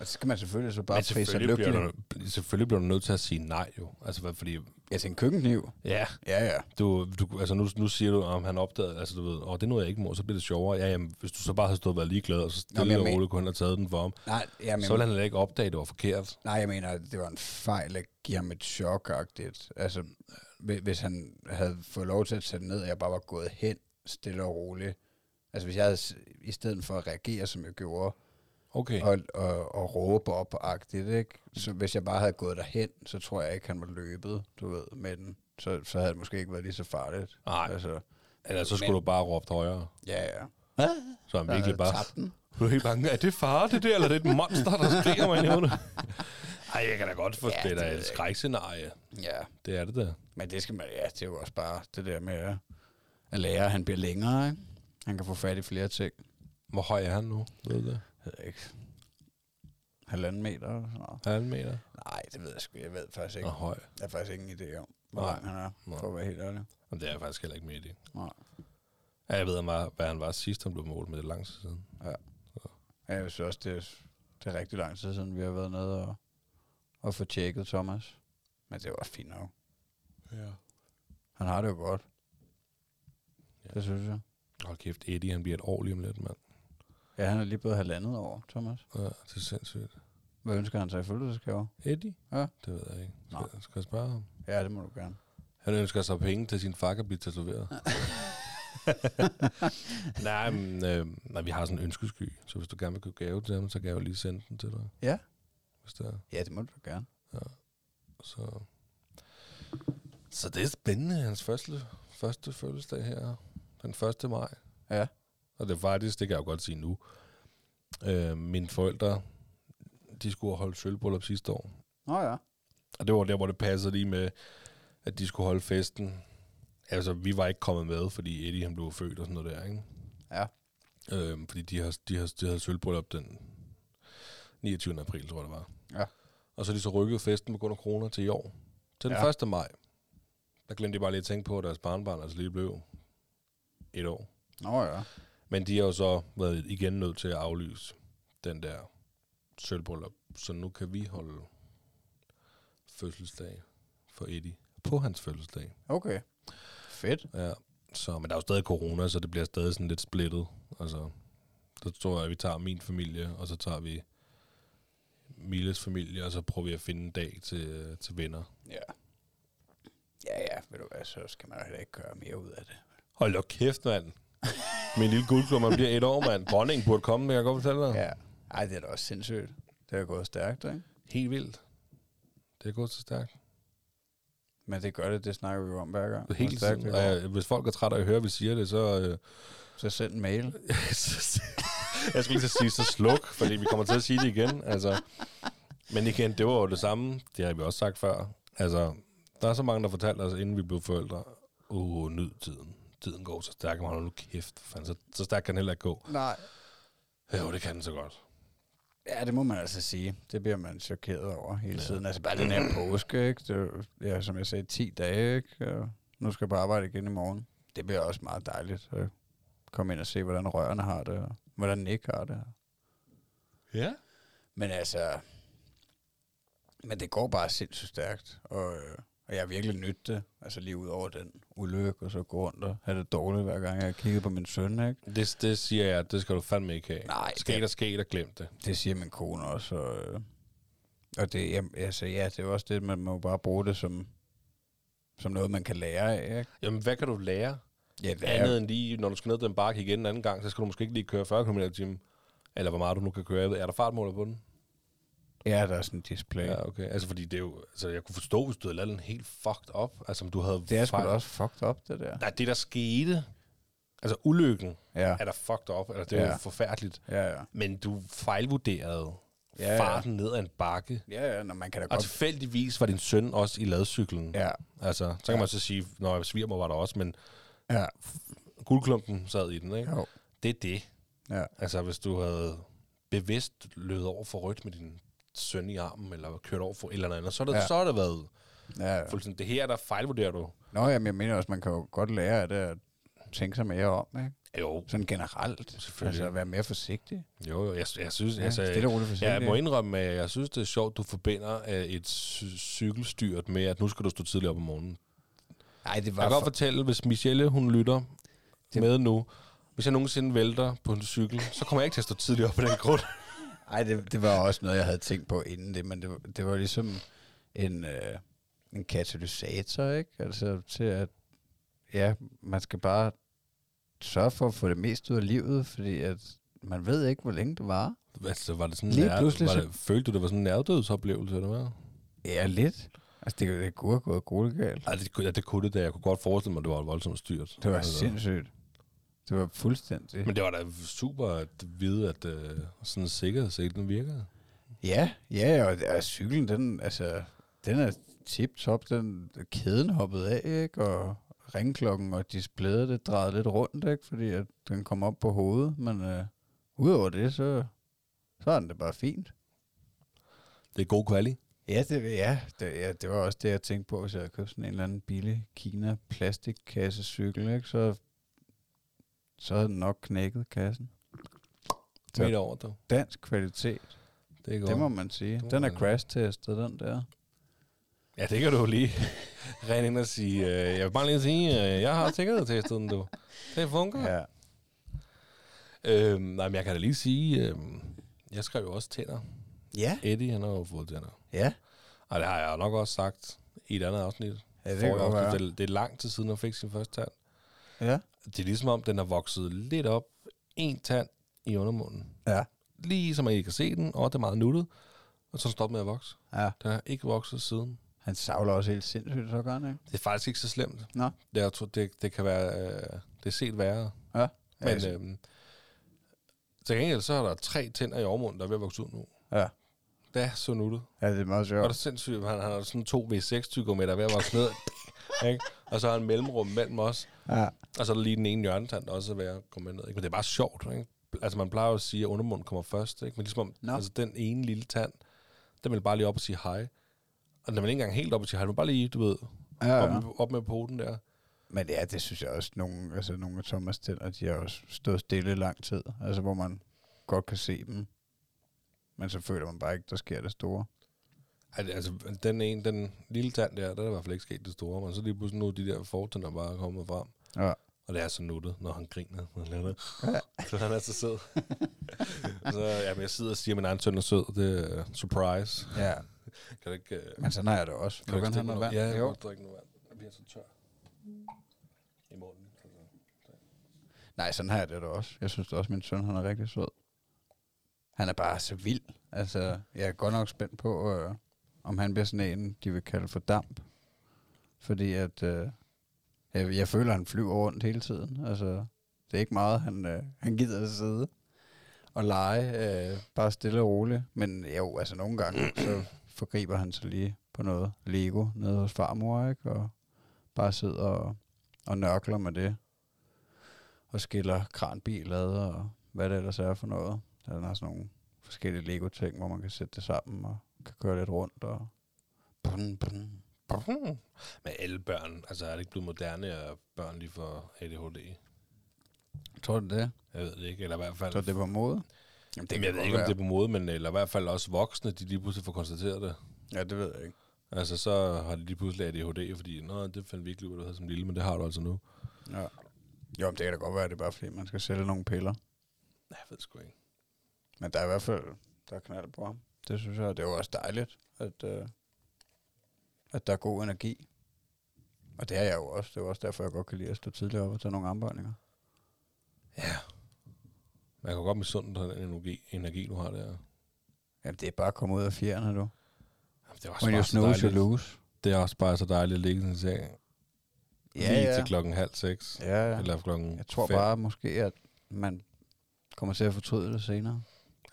Speaker 1: Og så skal man selvfølgelig så bare
Speaker 2: Men
Speaker 1: prise sig
Speaker 2: selvfølgelig bliver,
Speaker 1: lykkelig.
Speaker 2: du, selvfølgelig bliver du nødt til at sige nej, jo. Altså, hvad- fordi...
Speaker 1: Ja, til en køkkenkniv.
Speaker 2: Ja,
Speaker 1: Ja, ja.
Speaker 2: du, du, altså nu, nu siger du, om han opdagede, altså du ved, åh, det nåede jeg ikke mor, så bliver det sjovere. Ja, jamen, hvis du så bare havde stået og været ligeglad, og så
Speaker 1: men
Speaker 2: stille
Speaker 1: jeg
Speaker 2: og
Speaker 1: men-
Speaker 2: roligt kunne han have taget den for ham,
Speaker 1: Nej, jeg
Speaker 2: så ville
Speaker 1: mener,
Speaker 2: han heller ikke opdage, at det var forkert.
Speaker 1: nej, jeg mener, det var en fejl at give ham et chok -agtigt. Altså, hvi- hvis han havde fået lov til at sætte ned, og jeg bare var gået hen stille og roligt. Altså, hvis jeg havde, s- i stedet for at reagere, som jeg gjorde,
Speaker 2: Okay.
Speaker 1: og, og, og råbe op-agtigt, ikke? Så hvis jeg bare havde gået derhen, så tror jeg ikke, han var løbet, du ved, med den. Så, så havde det måske ikke været lige så farligt.
Speaker 2: Nej,
Speaker 1: Altså,
Speaker 2: eller så skulle
Speaker 1: men-
Speaker 2: du bare have råbt højere.
Speaker 1: ja, ja.
Speaker 2: Så han
Speaker 1: Der havde
Speaker 2: virkelig bare...
Speaker 1: tabt den.
Speaker 2: Du er helt bange. Er det far, det der, eller er det et monster, der skriger mig ind i hovedet? Ej, jeg kan da godt forstå,
Speaker 1: Ja,
Speaker 2: ja,
Speaker 1: det
Speaker 2: det,
Speaker 1: ved
Speaker 2: det er
Speaker 1: jeg
Speaker 2: et
Speaker 1: ikke.
Speaker 2: skrækscenarie.
Speaker 1: Ja,
Speaker 2: Det er det der.
Speaker 1: men det skal man, ja, det er jo også bare det der med at- at lære, at han bliver længere, ikke? Han kan få fat i flere ting.
Speaker 2: Hvor høj er han nu? Ved du det?
Speaker 1: Jeg ved ikke. Halvanden meter eller sådan noget.
Speaker 2: Er han en meter?
Speaker 1: Nej, det ved jeg sgu. Jeg ved faktisk
Speaker 2: Nå,
Speaker 1: ikke.
Speaker 2: høj.
Speaker 1: Jeg har faktisk ingen idé om, hvor
Speaker 2: Nej.
Speaker 1: lang han er,
Speaker 2: Nej.
Speaker 1: for at være helt ærlig.
Speaker 2: Jamen, det er jeg faktisk heller ikke med i.
Speaker 1: Nej.
Speaker 2: Ja, jeg ved, han var, hvad han var sidst, han blev målt med det er lang tid siden.
Speaker 1: Ja, jeg synes også, det er, det er rigtig lang tid siden, vi har været nede og, og få tjekket Thomas. Men det var fint nok.
Speaker 2: Ja.
Speaker 1: Han har det jo godt.
Speaker 2: Ja.
Speaker 1: Ja. Det synes jeg.
Speaker 2: Hold kæft, Eddie, han bliver et år lige om lidt, mand.
Speaker 1: Ja, han er lige blevet halvandet år, Thomas.
Speaker 2: Ja, det er sindssygt.
Speaker 1: Hvad ønsker han sig i fødselsdagsgave?
Speaker 2: Eddie?
Speaker 1: Ja.
Speaker 2: Det ved jeg ikke. Skal,
Speaker 1: Nå.
Speaker 2: jeg- skal jeg spørge ham?
Speaker 1: Ja, det må du gerne.
Speaker 2: Han ønsker sig penge til sin far at blive tatoveret. nej, men, øh, nej, vi har sådan en ønskesky, så hvis du gerne vil købe gave til ham, så kan jeg jo lige sende den til dig.
Speaker 1: Ja.
Speaker 2: Hvis det er.
Speaker 1: Ja, det må du gerne.
Speaker 2: Så, så det er spændende, hans første, første fødselsdag her, den 1. maj.
Speaker 1: Ja.
Speaker 2: Og det er faktisk, det kan jeg jo godt sige nu, øh, mine forældre, de skulle have holdt sølvbryllup sidste år.
Speaker 1: Nå ja.
Speaker 2: Og det var der, hvor det passede lige med, at de skulle holde festen. Altså, vi var ikke kommet med, fordi Eddie han blev født og sådan noget der, ikke?
Speaker 1: Ja.
Speaker 2: Øhm, fordi de har, de har, de havde sølvbryllup den 29. april, tror jeg det var.
Speaker 1: Ja.
Speaker 2: Og så er de så rykket festen med Gunnar Kroner til i år. Til den
Speaker 1: Ja.
Speaker 2: ja. 1. maj. Der glemte de bare lige at tænke på, at deres barnbarn altså lige blev et år.
Speaker 1: Nå ja.
Speaker 2: Men de har jo så været igen nødt til at aflyse den der sølvbryllup. Så nu kan vi holde fødselsdag for Eddie på hans fødselsdag.
Speaker 1: Okay. Fedt.
Speaker 2: Ja, så, men der er jo stadig corona, så det bliver stadig sådan lidt splittet. Altså, så tror jeg, at vi tager min familie, og så tager vi Miles familie, og så prøver vi at finde en dag til, til venner.
Speaker 1: Ja. Ja, ja, ved du hvad, så skal man jo heller ikke gøre mere ud af det.
Speaker 2: Hold da kæft, mand. Min lille guldklub, man bliver et år, mand. Dronningen burde komme, jeg kan godt fortælle dig.
Speaker 1: Ja. Ej, det er da også sindssygt. Det er jo gået stærkt, ikke?
Speaker 2: Helt vildt. Det er gået så stærkt.
Speaker 1: Men det gør det, det snakker vi jo om hver gang.
Speaker 2: Helt
Speaker 1: Hvor stærkt
Speaker 2: tiden.
Speaker 1: det
Speaker 2: Og
Speaker 1: går.
Speaker 2: jeg, hvis folk er trætte af at høre, at vi siger det, så... Øh,
Speaker 1: Så send en mail.
Speaker 2: så- jeg skulle lige så sige, så sluk, fordi vi kommer til at sige det igen. Altså. Men igen, det var jo det samme. Det har vi også sagt før. Altså, der er så mange, der fortalte os, inden vi blev forældre, åh, oh, nyd tiden. Tiden går så stærkt, man nu kæft. for Fanden, så, så stærkt kan den heller ikke gå.
Speaker 1: Nej.
Speaker 2: Jo, det kan den så godt.
Speaker 1: Ja, det må man altså sige. Det bliver man chokeret over hele
Speaker 2: Ja.
Speaker 1: ja. tiden. Altså bare den her påske, ikke? Det er, jo- ja, som jeg sagde, 10 dage, ikke? Og nu skal jeg på arbejde igen i morgen. Det bliver også meget dejligt at komme ind og se, hvordan rørene har det, og hvordan den ikke har det.
Speaker 2: Ja.
Speaker 1: Men altså, men det går bare sindssygt stærkt, og, øh, og jeg har virkelig nydt det. Altså lige ud over den ulykke, og så gå rundt og have det dårligt, hver gang jeg har kigget på min søn, ikke?
Speaker 2: Det, det siger jeg, det skal du fandme ikke have.
Speaker 1: Nej,
Speaker 2: Sket og sket og glemt det.
Speaker 1: Det siger min kone også. Og, øh, og det, jamen, altså, ja, det er jo også det, man må jo bare bruge det som, som noget, man kan lære af. Ikke?
Speaker 2: Jamen, hvad kan du lære?
Speaker 1: Ja,
Speaker 2: Ja. Andet end lige, når du skal ned den bakke igen en anden gang, så skal du måske ikke lige køre 40 km i timen. Eller hvor meget du nu kan køre. Jeg ved, Er der fartmåler på den?
Speaker 1: ja, der er sådan en display. Ja,
Speaker 2: Ja, okay. Altså, fordi det er jo... Altså, jeg kunne forstå, hvis du havde lavet den helt fucked up. Altså, om du havde...
Speaker 1: det er sgu
Speaker 2: fejl-
Speaker 1: da også fucked up, det der.
Speaker 2: Nej, det der skete... Altså, ulykken
Speaker 1: Ja,
Speaker 2: er der fucked up. Eller det er ja.
Speaker 1: Ja.
Speaker 2: jo forfærdeligt.
Speaker 1: ja, ja.
Speaker 2: Men du fejlvurderede
Speaker 1: Ja,
Speaker 2: ja,
Speaker 1: ja.
Speaker 2: farten ned ad en bakke.
Speaker 1: Ja, ja, når man kan da
Speaker 2: Og
Speaker 1: godt...
Speaker 2: tilfældigvis var din søn også i ladcyklen.
Speaker 1: Ja,
Speaker 2: Altså, så kan man så sige, når svigermor var der også, men
Speaker 1: ja,
Speaker 2: guldklumpen sad i den, ikke?
Speaker 1: jo.
Speaker 2: Det er det.
Speaker 1: Ja,
Speaker 2: Altså, hvis du havde bevidst løbet over for rødt med din søn i armen, eller kørt over for et eller andet, så har det,
Speaker 1: Ja.
Speaker 2: ja. så har det været
Speaker 1: Ja, ja.
Speaker 2: fuldstændig, det her, der fejlvurderer du.
Speaker 1: Nå, jamen, jeg mener også, man kan jo godt lære af det at tænke sig mere om, ikke?
Speaker 2: Jo,
Speaker 1: Sådan generelt.
Speaker 2: Selvfølgelig.
Speaker 1: Altså at være mere forsigtig.
Speaker 2: jo, jo, jeg, jeg synes, ja,
Speaker 1: Ja,
Speaker 2: altså,
Speaker 1: stille og roligt forsigtig.
Speaker 2: Ja, jeg må indrømme, at jeg synes, det er sjovt, du forbinder øh, et cy- cykelstyrt med, at nu skal du stå tidligt op om morgenen.
Speaker 1: Nej, det
Speaker 2: Jeg kan
Speaker 1: var
Speaker 2: godt
Speaker 1: for...
Speaker 2: fortælle, hvis Michelle, hun lytter
Speaker 1: Det-
Speaker 2: det. med nu, hvis jeg nogensinde vælter på en cykel, så kommer jeg ikke til at stå tidligt op af den grund.
Speaker 1: Ej, det, det var også noget, jeg havde tænkt på inden det, men det, var- det var ligesom en, øh, en katalysator, ikke? Altså til at, ja, man skal bare sørge for at få det mest ud af livet, fordi at man ved ikke, hvor længe det var.
Speaker 2: altså, var det sådan
Speaker 1: Lige
Speaker 2: nær-
Speaker 1: pludselig
Speaker 2: var
Speaker 1: så-
Speaker 2: det, følte du, det var sådan en nærdødsoplevelse, eller hvad?
Speaker 1: Ja, lidt. Altså, det, det kunne have gået gruelegalt.
Speaker 2: Ej, det, kunne- ja, det kunne det da. Jeg kunne godt forestille mig, at det var et voldsomt styrt.
Speaker 1: Det var
Speaker 2: Altså,
Speaker 1: sindssygt. Det var fuldstændig.
Speaker 2: Men det var da super at vide, at øh, sådan en sikkerhedssæt, den virker.
Speaker 1: Ja, ja, og, og cyklen, den, altså, den er tip-top, den kæden hoppede af, ikke? Og ringklokken og displayet, det drejede lidt rundt, ikke? Fordi at den kom op på hovedet, men øh, udover det, så, så er den det bare fint.
Speaker 2: Det er god kvali.
Speaker 1: Ja det, ja, det, ja, det var også det, jeg tænkte på, hvis jeg havde købt sådan en eller anden billig Kina plastikkasse-cykel, ikke? Så, så havde den nok knækket kassen. Så-
Speaker 2: Midt over, dog.
Speaker 1: Dansk kvalitet,
Speaker 2: Det er godt.
Speaker 1: det må man sige.
Speaker 2: Det må
Speaker 1: Den er
Speaker 2: man-
Speaker 1: crash-testet, den der.
Speaker 2: Ja, det kan du jo lige ren ind og sige. Øh, jeg vil bare lige sige, øh, jeg har sikkerhedstestet den, du. Det fungerer. Ja.
Speaker 1: Ja.
Speaker 2: Øhm, nej, men jeg kan da lige sige, øhm, jeg skrev jo også tænder.
Speaker 1: Ja.
Speaker 2: Eddie, han har jo fået tænder.
Speaker 1: Ja.
Speaker 2: Og det har jeg jo nok også sagt i et andet afsnit.
Speaker 1: Ja, det
Speaker 2: Forrige
Speaker 1: kan godt
Speaker 2: afsnit.
Speaker 1: være.
Speaker 2: det, er- det er lang tid siden, han fik sin første tand.
Speaker 1: Ja.
Speaker 2: Det er ligesom om, den har vokset lidt op. En tand i undermunden.
Speaker 1: Ja.
Speaker 2: Lige som man ikke kan se den, og det er meget nuttet. Og så er den stoppet med at vokse.
Speaker 1: ja.
Speaker 2: Den har ikke vokset siden.
Speaker 1: Han savler også helt sindssygt, så gør han, ikke?
Speaker 2: Det er faktisk ikke så slemt.
Speaker 1: Nå.
Speaker 2: Det, jeg tror, det, det kan være, øh, det er set værre.
Speaker 1: Ja.
Speaker 2: Men
Speaker 1: ja,
Speaker 2: øhm, til gengæld, så er der tre tænder i overmunden, der er ved at vokse ud nu.
Speaker 1: Ja.
Speaker 2: Det er så nuttet.
Speaker 1: ja, det er meget
Speaker 2: Og det er
Speaker 1: sjovt.
Speaker 2: sindssygt, han, han har sådan to V6-tykometer ved at vokse ned. ikke? Og så har han et mellemrum mellem os.
Speaker 1: Ja.
Speaker 2: Og så er der lige den ene hjørnetand, der også er ved at komme ned. Ikke? Men det er bare sjovt. Ikke? Altså, man plejer jo at sige, at undermunden kommer først. Ikke? Men ligesom om,
Speaker 1: Nå.
Speaker 2: altså, den ene lille tand, den vil bare lige op og sige hej. Og den vil ikke engang helt op og sige hej, den vil bare lige, du ved,
Speaker 1: Ja,
Speaker 2: op,
Speaker 1: ja.
Speaker 2: med, op med poten der.
Speaker 1: Men ja, det synes jeg også, nogle, altså nogle af Thomas tænder, de har også stået stille i lang tid, altså hvor man godt kan se dem. Men så føler man bare ikke, der sker det store.
Speaker 2: Ej, det- Altså, den ene, den lille tand der, der er i hvert fald ikke sket det store, men så lige pludselig nu er de der fortænder bare er kommet frem.
Speaker 1: Ja.
Speaker 2: Og det er så nuttet, når han griner. Når han laver det. så han er så sød. så jamen, jeg sidder og siger, at min egen søn er sød. Det er øh, surprise.
Speaker 1: Ja,
Speaker 2: Kan du ikke... øh, Kan
Speaker 1: men sådan har jeg det også.
Speaker 2: du
Speaker 1: Kan
Speaker 2: ikke
Speaker 1: du
Speaker 2: stikke
Speaker 1: have noget
Speaker 2: mig
Speaker 1: vand?
Speaker 2: noget? Ja, jeg
Speaker 1: jo.
Speaker 2: kan drikke noget vand. Jeg bliver så tør. I morgen. altså.
Speaker 1: Nej, sådan har jeg det da også. Jeg synes da også, min søn han er rigtig sød. Han er bare så vild. Altså, jeg er godt nok spændt på, øh, om han bliver sådan en, de vil kalde for damp. Fordi at, øh, jeg, jeg føler, han flyver rundt hele tiden. Altså, det er ikke meget, han, øh, han gider at sidde og lege, øh, bare stille og roligt. Men jo, altså nogle gange, så forgriber han sig lige på noget Lego nede hos farmor, ikke? Og bare sidder og, og nørkler med det og skiller kranbil ad, og hvad det ellers er for noget. Der er sådan nogle forskellige Lego-ting, hvor man kan sætte det sammen og kan køre lidt rundt. Og brun, brun. Hmm.
Speaker 2: Mhm. Men alle børn, altså er det ikke blevet moderne, at børn lige får ADHD?
Speaker 1: Tror du det?
Speaker 2: Jeg ved det ikke, eller i hvert fald...
Speaker 1: Tror du det er på mode? Jamen,
Speaker 2: Det jeg ved ikke, om det er på mode, men eller i hvert fald også voksne, de lige pludselig får konstateret det.
Speaker 1: Ja, det ved jeg ikke.
Speaker 2: Altså, så har de lige pludselig ADHD, fordi, nå, det fandt vi ikke lige, hvad du havde som lille, men det har du altså nu.
Speaker 1: Ja. Jo, men det kan da godt være, at det er bare fordi, man skal sælge nogle piller.
Speaker 2: Nej, jeg ved sgu ikke.
Speaker 1: Men der er i hvert fald, der er knald på ham. Det synes jeg, det er jo også dejligt, at, øh, at der er god energi. Og det er jeg jo også. Det er jo også derfor, jeg godt kan lide at stå tidligere op og tage nogle armbøjninger.
Speaker 2: Man kan godt misunde dig den energi, energi, du har der.
Speaker 1: Jamen, det er bare at komme ud af fjerne, du.
Speaker 2: Jamen, det er
Speaker 1: When you snooze, you
Speaker 2: dejligt.
Speaker 1: lose.
Speaker 2: Det er også bare så dejligt at ligge i sin seng. Ja, lige til klokken halv seks.
Speaker 1: ja, ja.
Speaker 2: Eller klokken
Speaker 1: Jeg tror
Speaker 2: fem.
Speaker 1: bare måske, at man kommer til at fortryde det senere.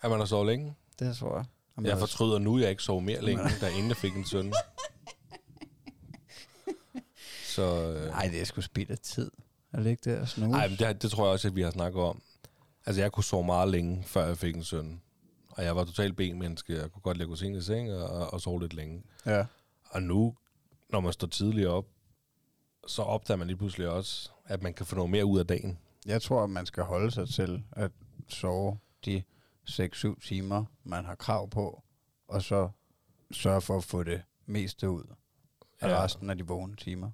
Speaker 2: Er man har sovet længe?
Speaker 1: Det tror jeg. Om
Speaker 2: Jeg
Speaker 1: jeg
Speaker 2: fortryder nu, jeg ikke sov mere længe, da inden jeg fik en søn. Så... Øh,
Speaker 1: Nej, det er sgu spild af tid at ligge der og snuse.
Speaker 2: Nej, men det, det tror jeg også, at vi har snakket om. Altså, jeg kunne sove meget længe, før jeg fik en søn. Og jeg var totalt benmenneske, jeg kunne godt lægge sengen i seng og, og, og sove lidt længe.
Speaker 1: Ja.
Speaker 2: Og nu, når man står tidligere op, så opdager man lige pludselig også, at man kan få noget mere ud af dagen.
Speaker 1: Jeg tror, at man skal holde sig til at sove de 6-7 timer, man har krav på, og så sørge for at få det meste ud af
Speaker 2: Ja.
Speaker 1: ja. resten af de vågne timer.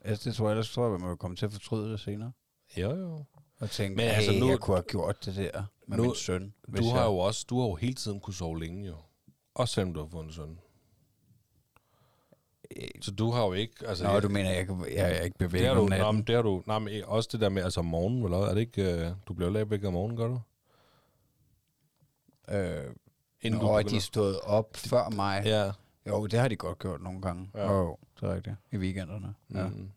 Speaker 1: Altså, det tror jeg, ellers tror jeg, at man vil komme til at fortryde det senere.
Speaker 2: Jo, jo.
Speaker 1: Og tænke,
Speaker 2: Men
Speaker 1: men
Speaker 2: altså
Speaker 1: altså,
Speaker 2: nu-
Speaker 1: jeg kunne have gjort det der med
Speaker 2: nu-
Speaker 1: nu, min søn. Hvis
Speaker 2: Du har
Speaker 1: jeg,
Speaker 2: jo også, du har jo hele tiden kunne sove længe jo. Også selvom du har fået en søn. Så du har jo ikke... Altså,
Speaker 1: Nå, du mener, jeg, kan, jeg, jeg ikke
Speaker 2: det
Speaker 1: bevæger
Speaker 2: har
Speaker 1: mig om
Speaker 2: du, nå,
Speaker 1: natten.
Speaker 2: men det har du, nej, men også det der med, altså om morgenen, eller hvad? er det ikke, øh, du bliver lavet væk om morgenen, gør du?
Speaker 1: Øh,
Speaker 2: Inden
Speaker 1: Nå,
Speaker 2: du
Speaker 1: de er stået op før mig. Ja.
Speaker 2: Ja.
Speaker 1: Jo, det har de godt gjort nogle gange.
Speaker 2: Ja.
Speaker 1: Ja. Jo, det er rigtigt. I weekenderne. Ja,
Speaker 2: Mm.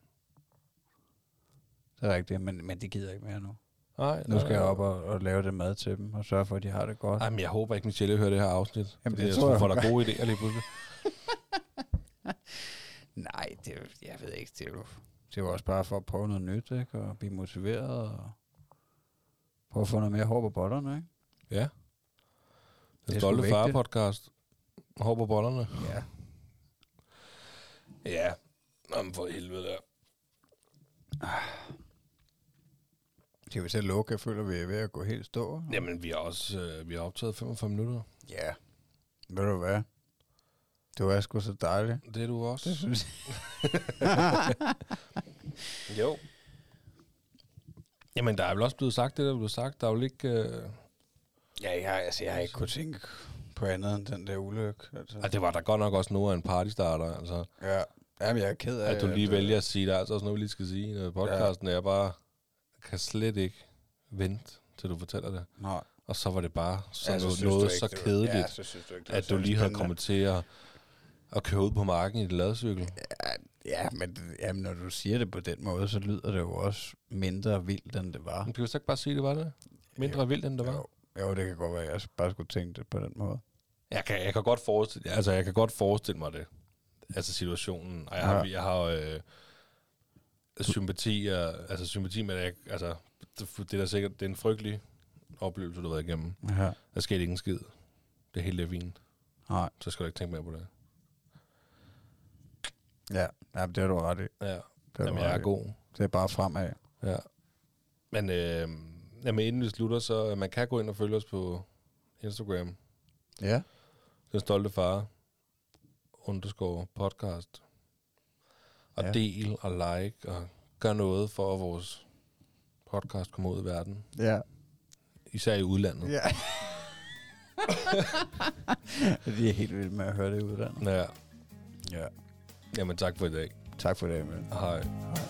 Speaker 1: det er rigtigt, men, men det gider jeg ikke mere nu.
Speaker 2: Nej,
Speaker 1: Nu skal jeg op
Speaker 2: og...
Speaker 1: og, og lave det mad til dem, og sørge for, at de har det godt.
Speaker 2: Jamen, jeg håber ikke, Michelle hører det her afsnit. Jamen,
Speaker 1: Jamen,
Speaker 2: det
Speaker 1: det
Speaker 2: jeg
Speaker 1: tror
Speaker 2: tror,
Speaker 1: jeg,
Speaker 2: får
Speaker 1: hun
Speaker 2: dig gode idéer lige pludselig.
Speaker 1: Nej, det, er jo- jeg ved ikke, det er, jo, det er jo også bare for at prøve noget nyt, ikke? Og blive motiveret, og prøve at få noget mere hår på bollerne, ikke?
Speaker 2: Ja.
Speaker 1: Det
Speaker 2: Den
Speaker 1: er
Speaker 2: stolte
Speaker 1: sgu vigtigt.
Speaker 2: far-podcast. Hår på bollerne.
Speaker 1: Ja.
Speaker 2: Ja. Jamen, for helvede der.
Speaker 1: Det er jo til at lukke, jeg føler, vi er ved at gå helt stå.
Speaker 2: Jamen, vi har også øh, vi har optaget 45 minutter.
Speaker 1: Ja. Ved du hvad? Det var sgu så dejligt.
Speaker 2: Det er du også. Det
Speaker 1: synes jeg.
Speaker 2: Jo. Jamen, der er vel også blevet sagt det, der er blevet sagt. Der er jo ikke... Øh...
Speaker 1: Ja, jeg, altså, jeg har ikke kunne tænke på andet end den der ulykke.
Speaker 2: Ah,
Speaker 1: Altså.
Speaker 2: det var der godt nok også noget af en partystarter, altså.
Speaker 1: Ja. Jamen, jeg er ked af øh,
Speaker 2: At du lige
Speaker 1: det.
Speaker 2: vælger at sige, der er altså også noget, vi lige skal sige. Når podcasten ja. er bare... kan slet ikke vente, til du fortæller det.
Speaker 1: Nej.
Speaker 2: Og så var det bare sådan
Speaker 1: Ja,
Speaker 2: ja,
Speaker 1: så
Speaker 2: noget,
Speaker 1: Altså, synes du
Speaker 2: altså, noget
Speaker 1: ikke, det
Speaker 2: så
Speaker 1: var-
Speaker 2: kedeligt.
Speaker 1: Ja, så synes du ikke, det var
Speaker 2: at du
Speaker 1: særlig
Speaker 2: lige havde
Speaker 1: spændende.
Speaker 2: kommet til at, at køre ud på marken i et ladcykel.
Speaker 1: Ja, men det- jamen, når du siger det på den måde, så lyder det jo også mindre vildt, end det var.
Speaker 2: Men kan vi så ikke bare sige, det var det? Mindre vildt, end det var?
Speaker 1: Jo, jo, det kan godt være, at jeg bare skulle tænke det på den måde.
Speaker 2: Jeg kan, jeg kan godt forestille, altså, jeg kan godt forestille mig det. Altså situationen. Og jeg har, ja.
Speaker 1: Ja.
Speaker 2: jeg har øh, sympati, og, altså sympati med det. Jeg, altså, det, det er da sikkert, det er en frygtelig oplevelse, du har været igennem.
Speaker 1: Ja.
Speaker 2: Der skete ikke en skid. Det hele er fint.
Speaker 1: Nej,
Speaker 2: Så skal du ikke tænke mere på det.
Speaker 1: ja, jamen, det har du ret i.
Speaker 2: Ja.
Speaker 1: Det, har
Speaker 2: Jamen,
Speaker 1: du
Speaker 2: jeg
Speaker 1: ret
Speaker 2: er
Speaker 1: i.
Speaker 2: god.
Speaker 1: det er bare fremad.
Speaker 2: Ja. Men øh, jamen, inden vi slutter, så øh, man kan gå ind og følge os på Instagram.
Speaker 1: Ja,
Speaker 2: Den stolte far, underscore podcast. Og ja.
Speaker 1: Ja.
Speaker 2: del og like og gør noget for, at vores podcast kommer ud i verden.
Speaker 1: ja,
Speaker 2: Især i udlandet.
Speaker 1: ja. De er helt vildt med at høre det i udlandet.
Speaker 2: Ja. ja.
Speaker 1: Ja.
Speaker 2: Jamen tak for i dag.
Speaker 1: Tak for det, Emil.
Speaker 2: Hej.
Speaker 1: Hej.